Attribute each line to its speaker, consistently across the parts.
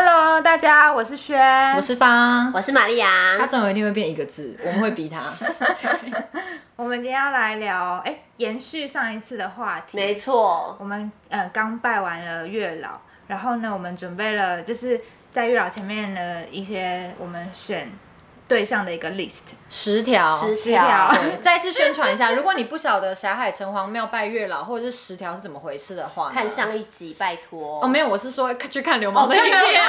Speaker 1: ，Hello，大家，我是轩，
Speaker 2: 我是方，
Speaker 3: 我是玛丽亚，
Speaker 2: 他总有一天会变一个字，我们会逼他。
Speaker 1: 我们今天要来聊，哎、延续上一次的话题，
Speaker 3: 没错，
Speaker 1: 我们呃刚拜完了月老，然后呢，我们准备了就是在月老前面的一些我们选对象的一个 list，
Speaker 2: 十条，
Speaker 3: 十
Speaker 1: 条
Speaker 3: 条，
Speaker 2: 对再次宣传一下，如果你不晓得霞海城隍庙拜月老或者是十条是怎么回事的话呢，
Speaker 3: 看上一集，拜托。
Speaker 2: 哦，没有，我是说看去看流氓的影
Speaker 3: 看流
Speaker 2: 片，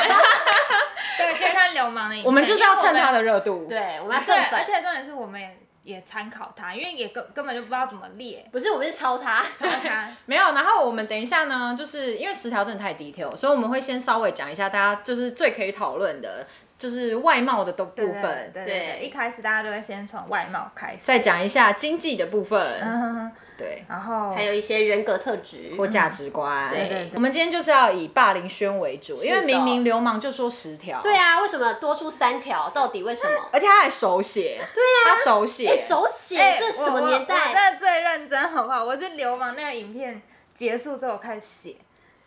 Speaker 1: 对，可以看流氓的影片，
Speaker 2: 我们就是要蹭他
Speaker 1: 的。
Speaker 2: 的热度。，
Speaker 3: 对，我们要
Speaker 1: 对
Speaker 3: 蹭，
Speaker 1: 而
Speaker 3: 粉，
Speaker 1: 且重点是我们也也参考他，因为也根根本就不知道怎么列，
Speaker 3: 不是我们是抄他，
Speaker 1: 然后他
Speaker 2: 没有。然后我们等一下呢，就是因为十条真的太 detail，所以我们会先稍微讲一下大家就是最可以讨论的，就是外貌的都部分，
Speaker 1: 对对
Speaker 3: 对
Speaker 1: 对，一开始大家都会先从外貌开始，
Speaker 2: 再讲一下经济的部分，
Speaker 1: 嗯哼哼，
Speaker 2: 对。
Speaker 1: 然后
Speaker 3: 还有一些人格特质，
Speaker 2: 或价值观、
Speaker 3: 嗯对对对
Speaker 2: 我们今天就是要以霸凌宣为主，因为
Speaker 3: 的
Speaker 2: 明明流氓就说十条，
Speaker 3: 对，啊，为什么多出三条？到底为什么？
Speaker 2: 而且他还手写，对啊，他手写，
Speaker 3: 哎，手写
Speaker 1: 哎
Speaker 3: 这
Speaker 1: 我
Speaker 3: 什么年
Speaker 1: 我我
Speaker 3: 代？
Speaker 1: 真的最认真，好不好？我是流氓那个影片结束之后我开始写，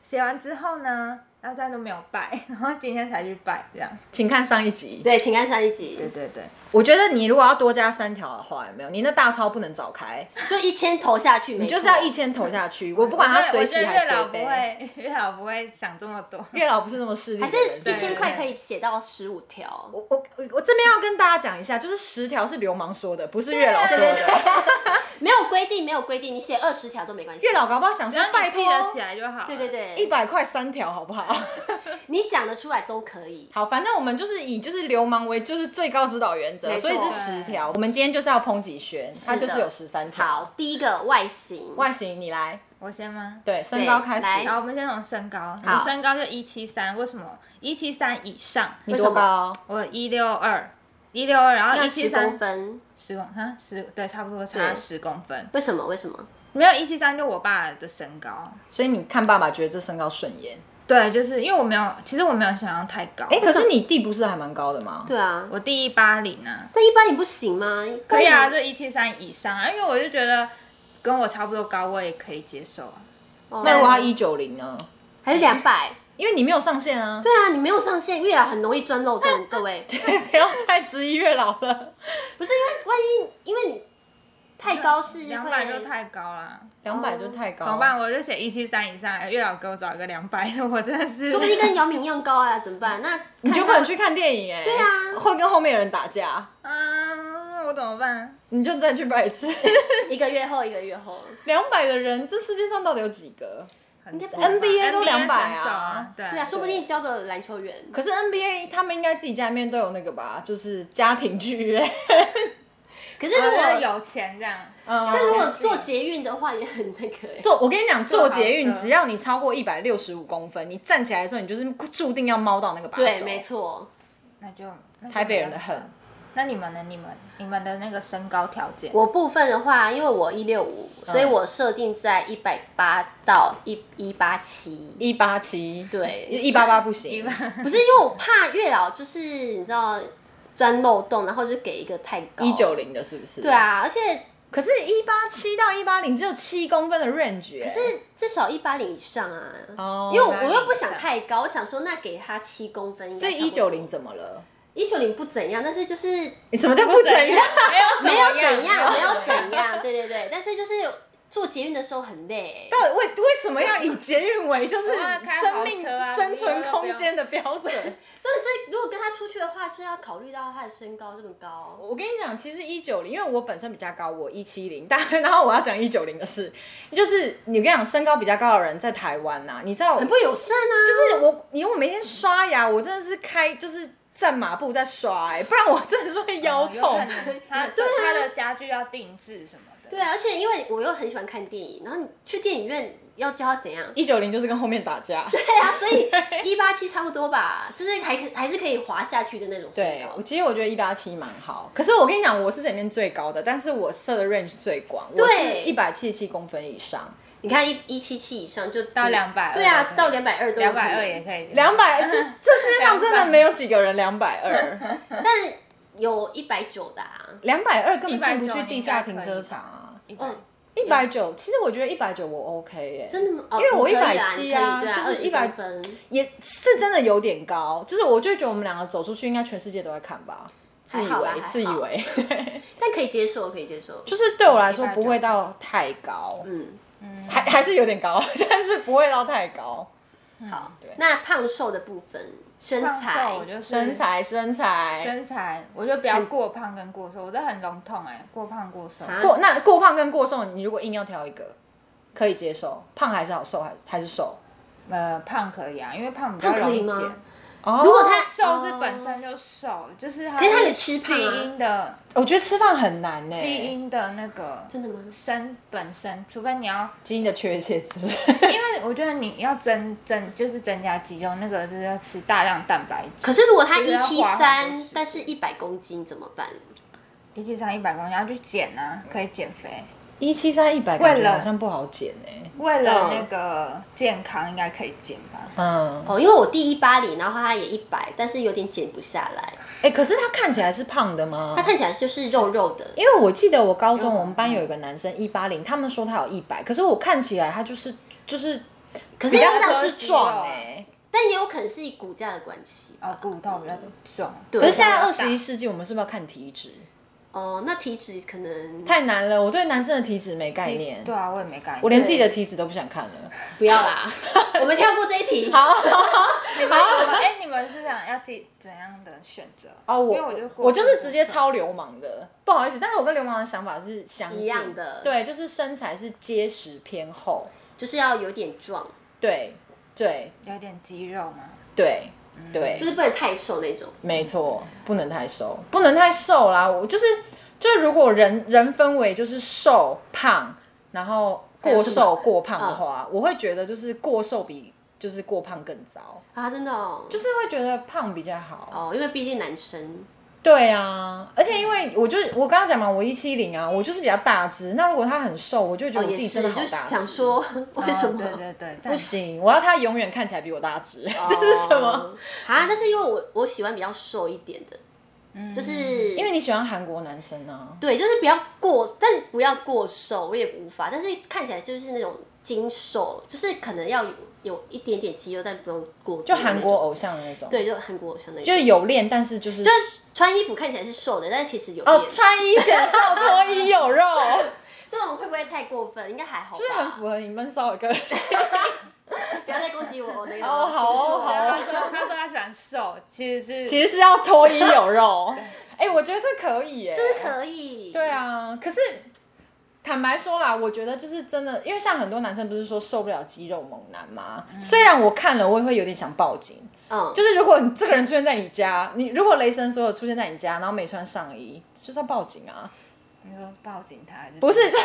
Speaker 1: 写完之后呢，然后大家都没有拜，然后今天才去拜，这样。
Speaker 2: 请看上一集。
Speaker 3: 对，请看上一集，
Speaker 1: 对对，
Speaker 2: 我觉得你如果要多加三条的话，有没有？你那大钞不能早开，
Speaker 3: 就一千投下去，没
Speaker 2: 你
Speaker 3: 错
Speaker 2: 就是要一千投下去。我不管他
Speaker 1: 我觉得
Speaker 2: 水洗还
Speaker 1: 我觉得
Speaker 2: 是
Speaker 1: 月老
Speaker 2: 水
Speaker 1: 不
Speaker 2: 杯，
Speaker 1: 会， 月老不会想这么多。
Speaker 2: 月老不是那么势利的
Speaker 3: 还是
Speaker 2: 人，
Speaker 3: 一
Speaker 2: 对
Speaker 3: 千块可以写到十五条。
Speaker 2: 我我我这边要跟大家讲一下，就是十条是流氓说的，不是月老说
Speaker 3: 对对
Speaker 2: 的。
Speaker 3: 没有规定，没有规定，你写二十条都没关系
Speaker 2: 月。老搞不好想
Speaker 1: 只
Speaker 2: 说
Speaker 1: 要，
Speaker 2: 拜
Speaker 1: 你
Speaker 2: 托
Speaker 1: 记，得起来就好。
Speaker 3: 对对，
Speaker 2: 一
Speaker 3: 对，
Speaker 2: 百块三条好不好？
Speaker 3: 你讲得出来都可以。
Speaker 2: 好，反正我们就是以就是流氓为就是最高指导原则，
Speaker 3: 没
Speaker 2: 所
Speaker 3: 错
Speaker 2: 以是十条。我们今天就是要抨击轩，他就是有十三条。
Speaker 3: 好，第一个外形，
Speaker 2: 外形你来，
Speaker 1: 我先吗？
Speaker 2: 对，身高开
Speaker 3: 来
Speaker 2: 始，
Speaker 1: 好，我们先从身高，
Speaker 3: 好
Speaker 1: 你身高就一七三，为什么一七三以上？
Speaker 2: 你多高？
Speaker 1: 我一六二，一六二，然后
Speaker 3: 要
Speaker 1: 一七
Speaker 3: 十
Speaker 1: 三
Speaker 3: 公，分，
Speaker 1: 十公哈十对，差不多差
Speaker 3: 对
Speaker 1: 十公分，
Speaker 3: 为什么？为什么？
Speaker 1: 没有一七三就我爸的身高。
Speaker 2: 所以你看爸爸觉得这身高顺眼。
Speaker 1: 对，就是因为我没有，其实我没有想要太高。
Speaker 2: 哎，可是你弟不是还蛮高的吗？
Speaker 3: 对啊，
Speaker 1: 我第一八零啊，
Speaker 3: 那一般你不行吗？
Speaker 1: 可以啊，
Speaker 3: 为
Speaker 1: 就一七三以上啊，因为我就觉得跟我差不多高，我也可以接受啊。
Speaker 3: 什么，
Speaker 2: 那如果他
Speaker 3: 哦
Speaker 2: 一九零呢？
Speaker 3: 还是两百？
Speaker 2: 因为你没有上限啊，
Speaker 3: 对啊，你没有上限，月老很容易钻漏洞，各位。
Speaker 2: 对， 不要再质疑月老了。
Speaker 3: 不是因为万一，因为你太高是会
Speaker 1: 两百就太高啦，
Speaker 2: 两
Speaker 3: 哦
Speaker 2: 百就太高，
Speaker 1: 怎么办？？我就写一七三以上，月老给我找一个两百的，我真的是
Speaker 3: 说不定跟姚明一样高啊，怎么办？那
Speaker 2: 你就
Speaker 3: 看
Speaker 2: 不
Speaker 3: 到
Speaker 2: 能去看电 影哎。对
Speaker 3: 啊
Speaker 2: 会跟后面的人打架，
Speaker 1: 嗯，我怎么办？
Speaker 2: 你就再去拜一次。
Speaker 3: 一个月后，一个月后，
Speaker 2: 两百的人，这世界上到底有几个？
Speaker 1: 很
Speaker 3: 该
Speaker 1: 多
Speaker 3: 不
Speaker 1: 吧
Speaker 3: 会吧
Speaker 2: NBA 都200
Speaker 1: NBA
Speaker 2: 啊
Speaker 1: 选手啊，对
Speaker 3: 对啊，说不定交个篮球员，
Speaker 2: 可是 NBA 他们应该自己家里面都有那个吧，就是家庭剧院。
Speaker 3: 可
Speaker 1: 如
Speaker 3: 是如
Speaker 1: 果
Speaker 3: 果
Speaker 1: 有钱这样，
Speaker 3: 那如
Speaker 2: 嗯，
Speaker 3: 果坐捷运的话，也很那个欸。
Speaker 2: 坐我跟你讲，坐捷运
Speaker 1: 坐豪车
Speaker 2: 只要你超过一百六十五公分，你站起来的时候，你就是注定要猫到那个把手。
Speaker 3: 对，没。错。
Speaker 1: 那就那就
Speaker 2: 台北人的恨
Speaker 1: 没办法。那你们呢？你们你们的那个身高条件，
Speaker 3: 我部分的话，因为我一六五，所以
Speaker 2: 嗯
Speaker 3: 我设定在一百八到一一八七。
Speaker 2: 一八七，
Speaker 3: 对
Speaker 2: 一八八不
Speaker 1: 一
Speaker 2: 行
Speaker 1: 般。
Speaker 3: 不是因为我怕月老，就是你知道钻漏洞，然后就给一个太高
Speaker 2: 一九。零的是不是？
Speaker 3: 对。啊，而且
Speaker 2: 可是，一八七到一八零只有七公分的 range，可
Speaker 3: 可是至少一八零以上啊。
Speaker 2: 哦，
Speaker 3: 因为我又不想太高，我想说那给他七公分，
Speaker 2: 所以一九零怎么了？
Speaker 3: 一九零不怎样，但是就是
Speaker 2: 你什么叫不怎 样？
Speaker 1: 没
Speaker 3: 没
Speaker 1: 有
Speaker 3: 有
Speaker 1: 怎样
Speaker 3: 怎样，没有 怎样，对对对，但是就是做捷运的时候很累，欸
Speaker 2: 到底为为什么要以捷运为就是
Speaker 1: 啊开豪
Speaker 2: 生命
Speaker 1: 车啊
Speaker 2: 生存空
Speaker 1: 你以
Speaker 2: 间的标准？
Speaker 3: 真的是如果跟他出去的话，就要考虑到他的身高这么高，
Speaker 2: 我跟你讲，其实一九零，因为我本身比较高，我一七零，但 然后我要讲一九零的事，就是你跟你讲，身高比较高的人在台湾呐、啊你知道，
Speaker 3: 很
Speaker 2: 就
Speaker 3: 不友善啊。
Speaker 2: 是我，因为我每天刷牙，我真的是开就是站马步在刷、欸，不然我真的是会腰
Speaker 3: 啊
Speaker 2: 痛。？
Speaker 1: 他对他的家具要定制什么的。
Speaker 3: 对啊，而且因为我又很喜欢看电影，然后你去电影院要教他怎样
Speaker 2: 一九零就是跟后面打架，
Speaker 3: 对啊，所以一八七差不多吧，就是还可还是可以滑下去的那种身
Speaker 2: 对
Speaker 3: 高。
Speaker 2: 我其实我觉得一八七蛮好，可是我跟你讲，我是整面最高的，但是我设的 range 最广，我是
Speaker 3: 对嗯
Speaker 2: 一百七十七公分以上，
Speaker 3: 你看一一七七以上就
Speaker 1: 到220
Speaker 3: 对
Speaker 1: 都可
Speaker 3: 啊，
Speaker 1: 以
Speaker 3: 到两百二都有
Speaker 1: 两
Speaker 3: 可能
Speaker 1: 百二也可以，
Speaker 2: 两百，这这世界上真的没有几个人两百二。
Speaker 3: 但有一百九的啊。
Speaker 2: 两百二根本进不去地下停车场啊！
Speaker 1: 一百
Speaker 3: 哦，
Speaker 2: 一百九，其实我觉得一百九我 OK 耶、
Speaker 3: 真的吗？哦
Speaker 2: 因为我
Speaker 3: 你可以
Speaker 2: 170
Speaker 3: 啦
Speaker 2: 啊
Speaker 3: 你可以对
Speaker 2: 就是
Speaker 3: 20
Speaker 2: 100
Speaker 3: 公分，
Speaker 2: 也是真的有点高，就是我就会觉得我们两个走出去，应该全世界都在看吧，自以
Speaker 3: 还好啦
Speaker 2: 为
Speaker 3: 还好
Speaker 2: 自以为，
Speaker 3: 但可以接受，可以接受。
Speaker 2: 就是对我来说不会到太高，
Speaker 3: 嗯，
Speaker 2: 还还是有点高， 但是不会到太高。
Speaker 3: 好
Speaker 2: 对。
Speaker 3: 那胖瘦的部分，身
Speaker 1: 胖嗯瘦
Speaker 3: 材
Speaker 1: 我，就是
Speaker 2: 身材身材
Speaker 1: 身材，我就不要过胖跟过瘦，我这很笼统哎、过胖过瘦。
Speaker 3: 啊
Speaker 2: 过那过胖跟过瘦，你如果硬要挑一个，可以接受，胖还是好瘦还是还是瘦？
Speaker 1: 呃，胖可以啊，因为胖比较
Speaker 3: 胖可
Speaker 1: 容
Speaker 3: 以
Speaker 1: 易
Speaker 3: 吗
Speaker 1: 减。
Speaker 2: 哦
Speaker 3: 如果他
Speaker 1: 瘦是本身就瘦，就是它
Speaker 3: 可是它也吃
Speaker 1: 基
Speaker 3: 胖啊
Speaker 1: 因的
Speaker 2: 我觉得吃饭很难呢、
Speaker 1: 基因的那个
Speaker 3: 真的吗？
Speaker 1: 身本身，除非你要，
Speaker 2: 基因的缺陷是不是？
Speaker 1: 因为我觉得你要增增就是增加肌肉，那个是要吃大量蛋白质。
Speaker 3: 可是如果他
Speaker 1: 就是
Speaker 3: 一
Speaker 1: 要
Speaker 3: 七
Speaker 1: 花很多
Speaker 3: 三
Speaker 1: 时，
Speaker 3: 但是一百公斤怎么办？
Speaker 1: 一七三一百公斤要去减啊，可以减肥。
Speaker 2: 一七三一百，
Speaker 1: 为
Speaker 2: 感觉
Speaker 1: 了
Speaker 2: 好像不好欸减呢、
Speaker 1: 为了那个健康，应该可以减吧？
Speaker 2: 嗯，
Speaker 3: 哦，因为我第一八零，然后他也一百，但是有点减不下来。
Speaker 2: 哎、可是他看起来是胖的吗
Speaker 3: 他？看起来就是肉肉的，
Speaker 2: 因为我记得我高中我们班有一个男生一八零，他们说他有一百，可是我看起来他就是就是
Speaker 3: 可是
Speaker 2: 比较
Speaker 3: 他
Speaker 2: 像
Speaker 3: 的
Speaker 2: 是壮哎、
Speaker 3: 但也有可能是骨架的关系。
Speaker 1: 哦，骨头比较重。
Speaker 3: 对
Speaker 2: 可是现在
Speaker 1: 大
Speaker 2: 二十一世纪，我们是不是要看体脂？
Speaker 3: 哦，那体脂可能
Speaker 2: 太难了，我对男生的体脂没概念，
Speaker 1: 对啊，我也没感觉。
Speaker 2: 我连自己的体脂都不想看了。
Speaker 3: 不要啦， 我们跳过这一题。
Speaker 2: 好，
Speaker 1: 你们有吗哎、你们是想要怎怎样的选择？
Speaker 2: 哦，
Speaker 1: 因为我
Speaker 2: 我
Speaker 1: 就过
Speaker 2: 我就是直接超流氓的，不好意思，但是我跟流氓的想法是相近
Speaker 3: 一样的
Speaker 2: 对，就是身材是结实偏厚，
Speaker 3: 就是要有点壮，
Speaker 2: 对对
Speaker 1: 有点肌肉 嘛。
Speaker 2: 对对，
Speaker 3: 嗯就是不能太瘦那种。
Speaker 2: 没错，不能太瘦，不能太瘦啦。我就是，就如果人人分为就是瘦胖，然后过瘦过胖的
Speaker 3: 嗯
Speaker 2: 话，我会觉得就是过瘦比就是过胖更糟，
Speaker 3: 啊，真的哦，
Speaker 2: 就是会觉得胖比较好。
Speaker 3: 哦，因为毕竟男生，
Speaker 2: 对啊，而且因
Speaker 3: 嗯
Speaker 2: 为我就我刚刚讲嘛，我一七零啊，我就是比较大只。那如果他很瘦，我就会觉
Speaker 3: 哦
Speaker 2: 得我
Speaker 3: 也
Speaker 2: 自己
Speaker 3: 是，
Speaker 2: 真的好
Speaker 3: 就是
Speaker 2: 大只。
Speaker 3: 想说 为什么
Speaker 1: 哦对对对，但
Speaker 2: 不行，我要他永远看起来比我大只，
Speaker 3: 哦
Speaker 2: 这是什么？
Speaker 3: 啊？但是因为我我喜欢比较瘦一点的，
Speaker 2: 嗯
Speaker 3: 就是
Speaker 2: 因为你喜欢韩国男生啊。
Speaker 3: 对，就是不要过，但是不要过瘦，我也无法。但是看起来就是那种精瘦，就是可能要有有一点点肌肉，但不用过多
Speaker 2: 就
Speaker 3: 那
Speaker 2: 韩国
Speaker 3: 种，
Speaker 2: 偶像的那种，
Speaker 3: 对，就韩国偶像那
Speaker 2: 就
Speaker 3: 种，
Speaker 2: 是有练，但是就是就
Speaker 3: 穿衣服看起来是瘦的，但是其实有
Speaker 2: 哦，
Speaker 3: 点。
Speaker 2: 穿衣显瘦，脱衣有肉，
Speaker 3: 这种会不会太过分？应该还好 吧。
Speaker 2: 就是很符合你闷骚的个性。
Speaker 3: 不要再攻击我我那个。
Speaker 2: 哦好哦
Speaker 1: 然后
Speaker 2: 好
Speaker 1: 他说他说他喜欢瘦，其实是
Speaker 2: 其实是要脱衣有肉。哎、我觉得这可以耶、
Speaker 3: 是不是可以？
Speaker 2: 对啊，可是坦白说啦，我觉得就是真的，因为像很多男生不是说受不了肌肉猛男吗？虽然我看了，我也会有点想报警。
Speaker 3: 嗯，
Speaker 2: 就是如果你这个人出现在你家，你如果雷神所有出现在你家，然后没穿上衣，就是要报警啊！
Speaker 1: 你说报警他还是
Speaker 2: 不是，就是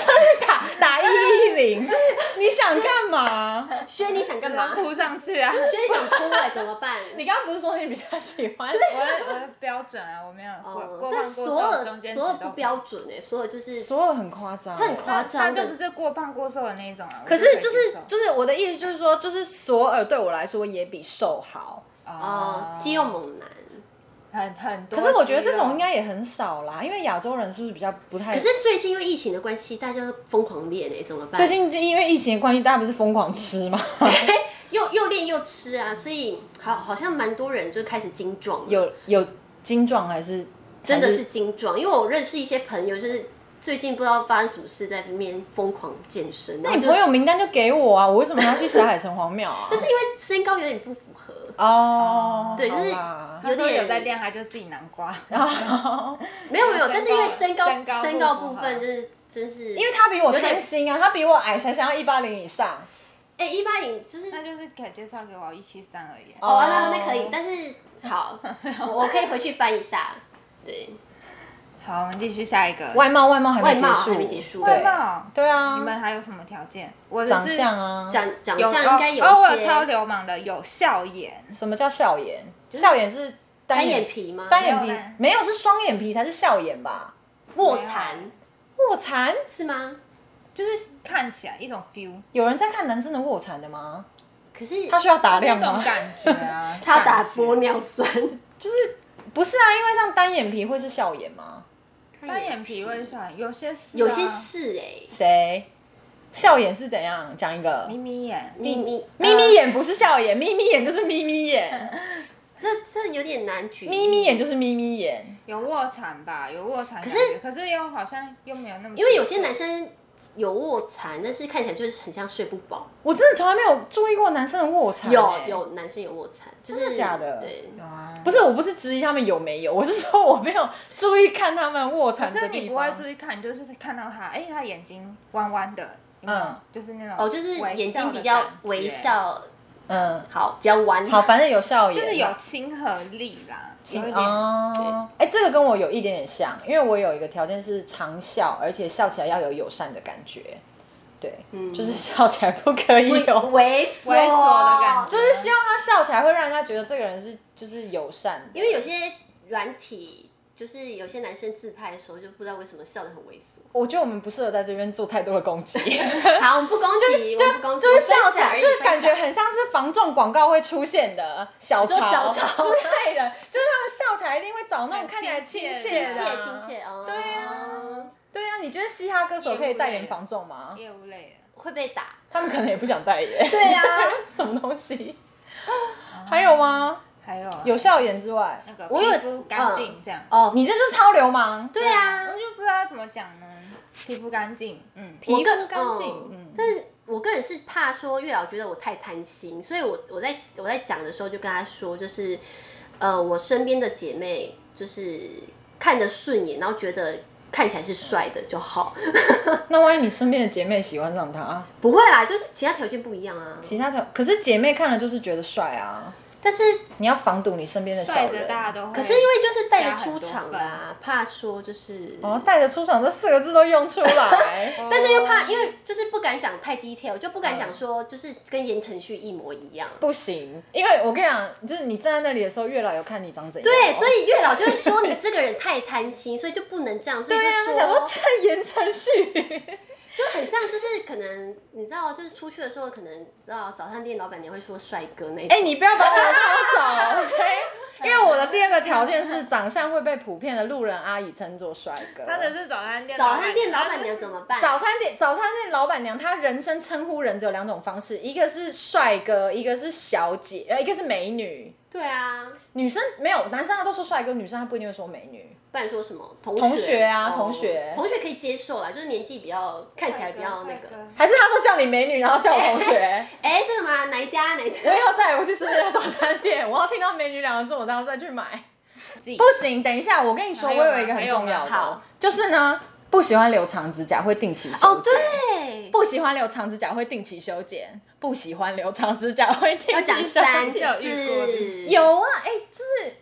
Speaker 2: 打打一一零，就是你想干嘛？
Speaker 3: 轩你想干嘛？
Speaker 1: 扑上去啊？
Speaker 3: 轩想哭哎，怎么办？
Speaker 2: 你刚刚不是说你比较喜欢？
Speaker 1: 我的我的标准啊，我没有过
Speaker 3: 哦，
Speaker 1: 过
Speaker 3: 但
Speaker 1: 胖过
Speaker 3: 所有
Speaker 1: 瘦中
Speaker 3: 的
Speaker 1: 间
Speaker 3: 所有
Speaker 1: 值都
Speaker 3: 不标准哎，所有就是
Speaker 2: 所有很夸张欸，
Speaker 3: 他很夸
Speaker 1: 他他
Speaker 3: 张
Speaker 1: 就不
Speaker 3: 的，
Speaker 1: 是过胖过瘦的那一种啊。
Speaker 2: 可
Speaker 1: 我
Speaker 2: 是
Speaker 1: 以
Speaker 2: 就
Speaker 1: 接
Speaker 2: 是
Speaker 1: 受
Speaker 2: 就是我的意思就是说，就是索尔对我来说也比瘦好，
Speaker 3: 哦，
Speaker 2: 啊
Speaker 3: 肌肉猛男。
Speaker 1: 很很多
Speaker 2: 可
Speaker 1: 肌肉。
Speaker 2: 是我觉得这种应该也很少啦，因为亚洲人是不是比较不太？
Speaker 3: 可是最近因为疫情的关系，大家都疯狂练哎，怎么办？
Speaker 2: 最近就因为疫情的关系，大家不是疯狂吃吗？
Speaker 3: 哎又又练又吃啊，所以好好像蛮多人就开始精壮了，
Speaker 2: 有有精壮还 是
Speaker 3: 真的
Speaker 2: 还
Speaker 3: 是精壮，因为我认识一些朋友就是。最近不知道发生什么事，在那边疯狂健身，
Speaker 2: 那
Speaker 3: 然后
Speaker 2: 你
Speaker 3: 就
Speaker 2: 朋友名单就给我啊，我为什么要去霞海城隍庙啊？
Speaker 3: 但是因为身高有点不符合，
Speaker 2: 哦，
Speaker 3: 对就是
Speaker 2: 好啦
Speaker 1: 他
Speaker 3: 有
Speaker 1: 说
Speaker 3: 点
Speaker 1: 有在练，他就自己南瓜。
Speaker 2: 然后
Speaker 3: 没有没有，
Speaker 1: 身高
Speaker 3: 但是因为身高
Speaker 1: 身高
Speaker 3: 身高
Speaker 1: 不符
Speaker 3: 部
Speaker 1: 合
Speaker 3: 分就是真是，
Speaker 2: 因为他比我
Speaker 3: 有点
Speaker 2: 贪心啊，他比我矮，才想要一八零以上。
Speaker 3: 哎一八零就是
Speaker 1: 那就是可以介绍给我一七三而已。
Speaker 2: 哦
Speaker 3: 哦，那那可以，但是好，我我可以回去翻一下。对，
Speaker 1: 好，我们继续下一个。
Speaker 2: 外貌外貌还没
Speaker 3: 外
Speaker 2: 结
Speaker 3: 貌
Speaker 2: 束，
Speaker 3: 还没结束，
Speaker 2: 对
Speaker 1: 外貌
Speaker 2: 对啊，
Speaker 1: 你们还有什么条件？我的
Speaker 2: 长
Speaker 1: 是
Speaker 2: 相啊，
Speaker 3: 长长
Speaker 1: 有
Speaker 3: 相应该有
Speaker 1: 哦，哦我
Speaker 3: 一
Speaker 1: 有超
Speaker 3: 些
Speaker 1: 流氓的，有笑眼，
Speaker 2: 什么叫笑眼？笑眼是单
Speaker 3: 单眼皮吗？
Speaker 2: 单眼
Speaker 1: 没有
Speaker 2: 皮
Speaker 1: 嘞
Speaker 2: 没有是双眼皮才是笑眼吧？
Speaker 3: 卧蚕
Speaker 2: 卧蚕，
Speaker 3: 是吗？
Speaker 1: 就是看起来一种 feel，
Speaker 2: 有人在看男生的卧蚕的吗？
Speaker 3: 可是。
Speaker 2: 他需要打量
Speaker 1: 这种
Speaker 2: 吗？
Speaker 1: 感觉啊
Speaker 3: 他打
Speaker 1: 感觉
Speaker 3: 玻尿酸，
Speaker 2: 就是不是啊？因为像单眼皮会是笑眼吗？
Speaker 1: 单眼皮会笑，有些是啊
Speaker 3: 有些是哎，
Speaker 2: 谁？笑眼是怎样？讲一个
Speaker 1: 眯眯眼，
Speaker 3: 咪咪
Speaker 1: 啊
Speaker 2: 眯眯眼，不是笑眼，眯眯眼就是眯眯眼，
Speaker 3: 这这有点难举例
Speaker 2: 眯眯眼，就是眯眯眼。
Speaker 1: 有卧蚕吧，有卧蚕感
Speaker 3: 可
Speaker 1: 觉，
Speaker 3: 是
Speaker 1: 可是又好像又没有那么，
Speaker 3: 因为有些男生有卧蚕，但是看起来就是很像睡不饱。
Speaker 2: 我真的从来没有注意过男生的卧蚕、
Speaker 3: 有
Speaker 2: 欸
Speaker 3: 有男生有卧蚕，就是、
Speaker 2: 真的假的
Speaker 3: 对，
Speaker 1: 有啊，
Speaker 2: 不是，我不是质疑他们有没有，我是说我没有注意看他们卧
Speaker 1: 可
Speaker 2: 蚕
Speaker 1: 是
Speaker 2: 的
Speaker 1: 你
Speaker 2: 地
Speaker 1: 不会
Speaker 2: 方。
Speaker 1: 注意看，你就是看到他，哎，他眼睛弯弯的，嗯
Speaker 2: 嗯，
Speaker 1: 就是那种
Speaker 3: 哦，就是
Speaker 1: 微
Speaker 3: 眼
Speaker 1: 笑
Speaker 3: 睛
Speaker 1: 的
Speaker 3: 比较
Speaker 1: 感觉
Speaker 3: 微，笑，
Speaker 2: 嗯，
Speaker 3: 好，比较弯。
Speaker 2: 好，反正有笑眼，
Speaker 1: 就是有亲和力啦，有一点
Speaker 2: 哦，哎、这个跟我有一点点像，因为我有一个条件是常笑，而且笑起来要有友善的感觉，对，
Speaker 3: 嗯
Speaker 2: 就是笑起来不可以
Speaker 3: 猥
Speaker 2: 有，
Speaker 3: 猥琐
Speaker 1: 猥琐的感觉
Speaker 2: 就是希望他笑起来会让人家觉得这个人是就是友善的，
Speaker 3: 因为有些软体，就是有些男生自拍的时候，就不知道为什么笑得很猥琐。
Speaker 2: 我觉得我们不适合在这边做太多的攻 击，
Speaker 3: 好，我们不攻击，我
Speaker 2: 就
Speaker 3: 们不攻击，
Speaker 2: 就是笑
Speaker 3: 分
Speaker 2: 起
Speaker 3: 享而
Speaker 2: 来，
Speaker 3: 已
Speaker 2: 就是感觉
Speaker 3: 分享
Speaker 2: 很像是防重广告会出现的小
Speaker 3: 你
Speaker 2: 潮
Speaker 3: 说小潮
Speaker 2: 之类的，就是他们笑起来一定会找那种看起来亲切
Speaker 3: 亲
Speaker 2: 的
Speaker 3: 切
Speaker 2: 啊，
Speaker 3: 亲切哦，
Speaker 2: 对啊，对啊，你觉得嘻哈歌手可以代言防重吗？
Speaker 1: 嗯业务类的，
Speaker 3: 会被打。
Speaker 2: 他们可能也不想代言。
Speaker 3: 对呀，
Speaker 2: 什么东西？还有吗？
Speaker 1: 还有啊
Speaker 2: 有笑眼之外，
Speaker 1: 那个
Speaker 3: 我有
Speaker 1: 皮肤干净这样，
Speaker 3: 哦，
Speaker 2: 你这就是超流氓。
Speaker 3: 对啊
Speaker 1: 我，就不知道怎么讲呢，皮肤干净，嗯，
Speaker 2: 皮肤
Speaker 3: 我个
Speaker 2: 干净
Speaker 3: 哦
Speaker 2: 嗯
Speaker 3: 但是我个人是怕说月老觉得我太贪心，所以我我在我在讲的时候就跟他说，就是呃，我身边的姐妹就是看着顺眼，然后觉得看起来是帅的就好，
Speaker 2: 那万一你身边的姐妹喜欢上他，
Speaker 3: 不会啦，就是其他条件不一样啊。
Speaker 2: 其他条可是姐妹看了就是觉得帅啊。
Speaker 3: 但是
Speaker 2: 你要防堵你身边的
Speaker 1: 嗯帅
Speaker 2: 小
Speaker 1: 的大家
Speaker 2: 人。
Speaker 1: 都会，
Speaker 3: 可是因为就是带着
Speaker 1: 加很
Speaker 3: 出
Speaker 1: 多
Speaker 3: 场
Speaker 1: 分
Speaker 3: 啦，啊怕说就是
Speaker 2: 哦，带着出场这四个字都用出来。
Speaker 1: 哦
Speaker 3: 但是又怕，因为就是不敢讲太 detail，就不敢讲说就是跟言承旭一模一样。
Speaker 2: 不行，因为我跟你讲，就是你站在那里的时候，月老有看你长怎样。
Speaker 3: 对，所以月老就会说你这个人太贪心，所以就不能这 样，所以
Speaker 2: 对啊，他
Speaker 3: 就说,、
Speaker 2: 想说这言承旭。
Speaker 3: 就很像，就是可能你知道，就是出去的时候，可能你知道早餐店老板娘会说帅哥那一
Speaker 2: 哎、
Speaker 3: 种，
Speaker 2: 你不要把我抄走，OK？因为我的第二个条件是长相会被普遍的路人阿姨称作帅哥。
Speaker 1: 他的是早餐店，
Speaker 3: 早餐店老板娘怎么办？
Speaker 2: 早餐店早餐店老板娘，她人生称呼人只有两种方式，一个是帅哥，一个是小姐，呃，一个是美女。
Speaker 3: 对啊，
Speaker 2: 女生没有，男生他都说帅哥，女生他不一定会说美女。
Speaker 3: 不然说什么同学
Speaker 2: 同学啊
Speaker 3: 哦
Speaker 2: 同学
Speaker 3: 同学可以接受啦，就是年纪比较看起来比较那
Speaker 1: 帅
Speaker 3: 个。
Speaker 1: 哥
Speaker 2: 还是他都叫你美女，然后叫我同 学。
Speaker 3: 哎，这个嘛，哪一家哪 一
Speaker 2: 我
Speaker 3: 家？
Speaker 2: 以后再也不去吃那个早餐店，我要听到“美女”两个字，我才要再去买。
Speaker 1: 自己
Speaker 2: 不行，等一下，我跟你说，
Speaker 1: 还
Speaker 2: 我
Speaker 1: 有吗
Speaker 2: 有一个很重要
Speaker 3: 还有
Speaker 2: 的
Speaker 3: 吗好，
Speaker 2: 就是呢，不喜欢留长指甲会定期修
Speaker 3: 哦，
Speaker 2: 剪
Speaker 3: 对，
Speaker 2: 不喜欢留长指甲会定期修剪，不喜欢留长指甲会定
Speaker 3: 要
Speaker 2: 期
Speaker 3: 讲
Speaker 2: 修
Speaker 3: 三
Speaker 2: 剪。
Speaker 3: 次
Speaker 1: 这有遇过就是，
Speaker 2: 有啊，哎、就是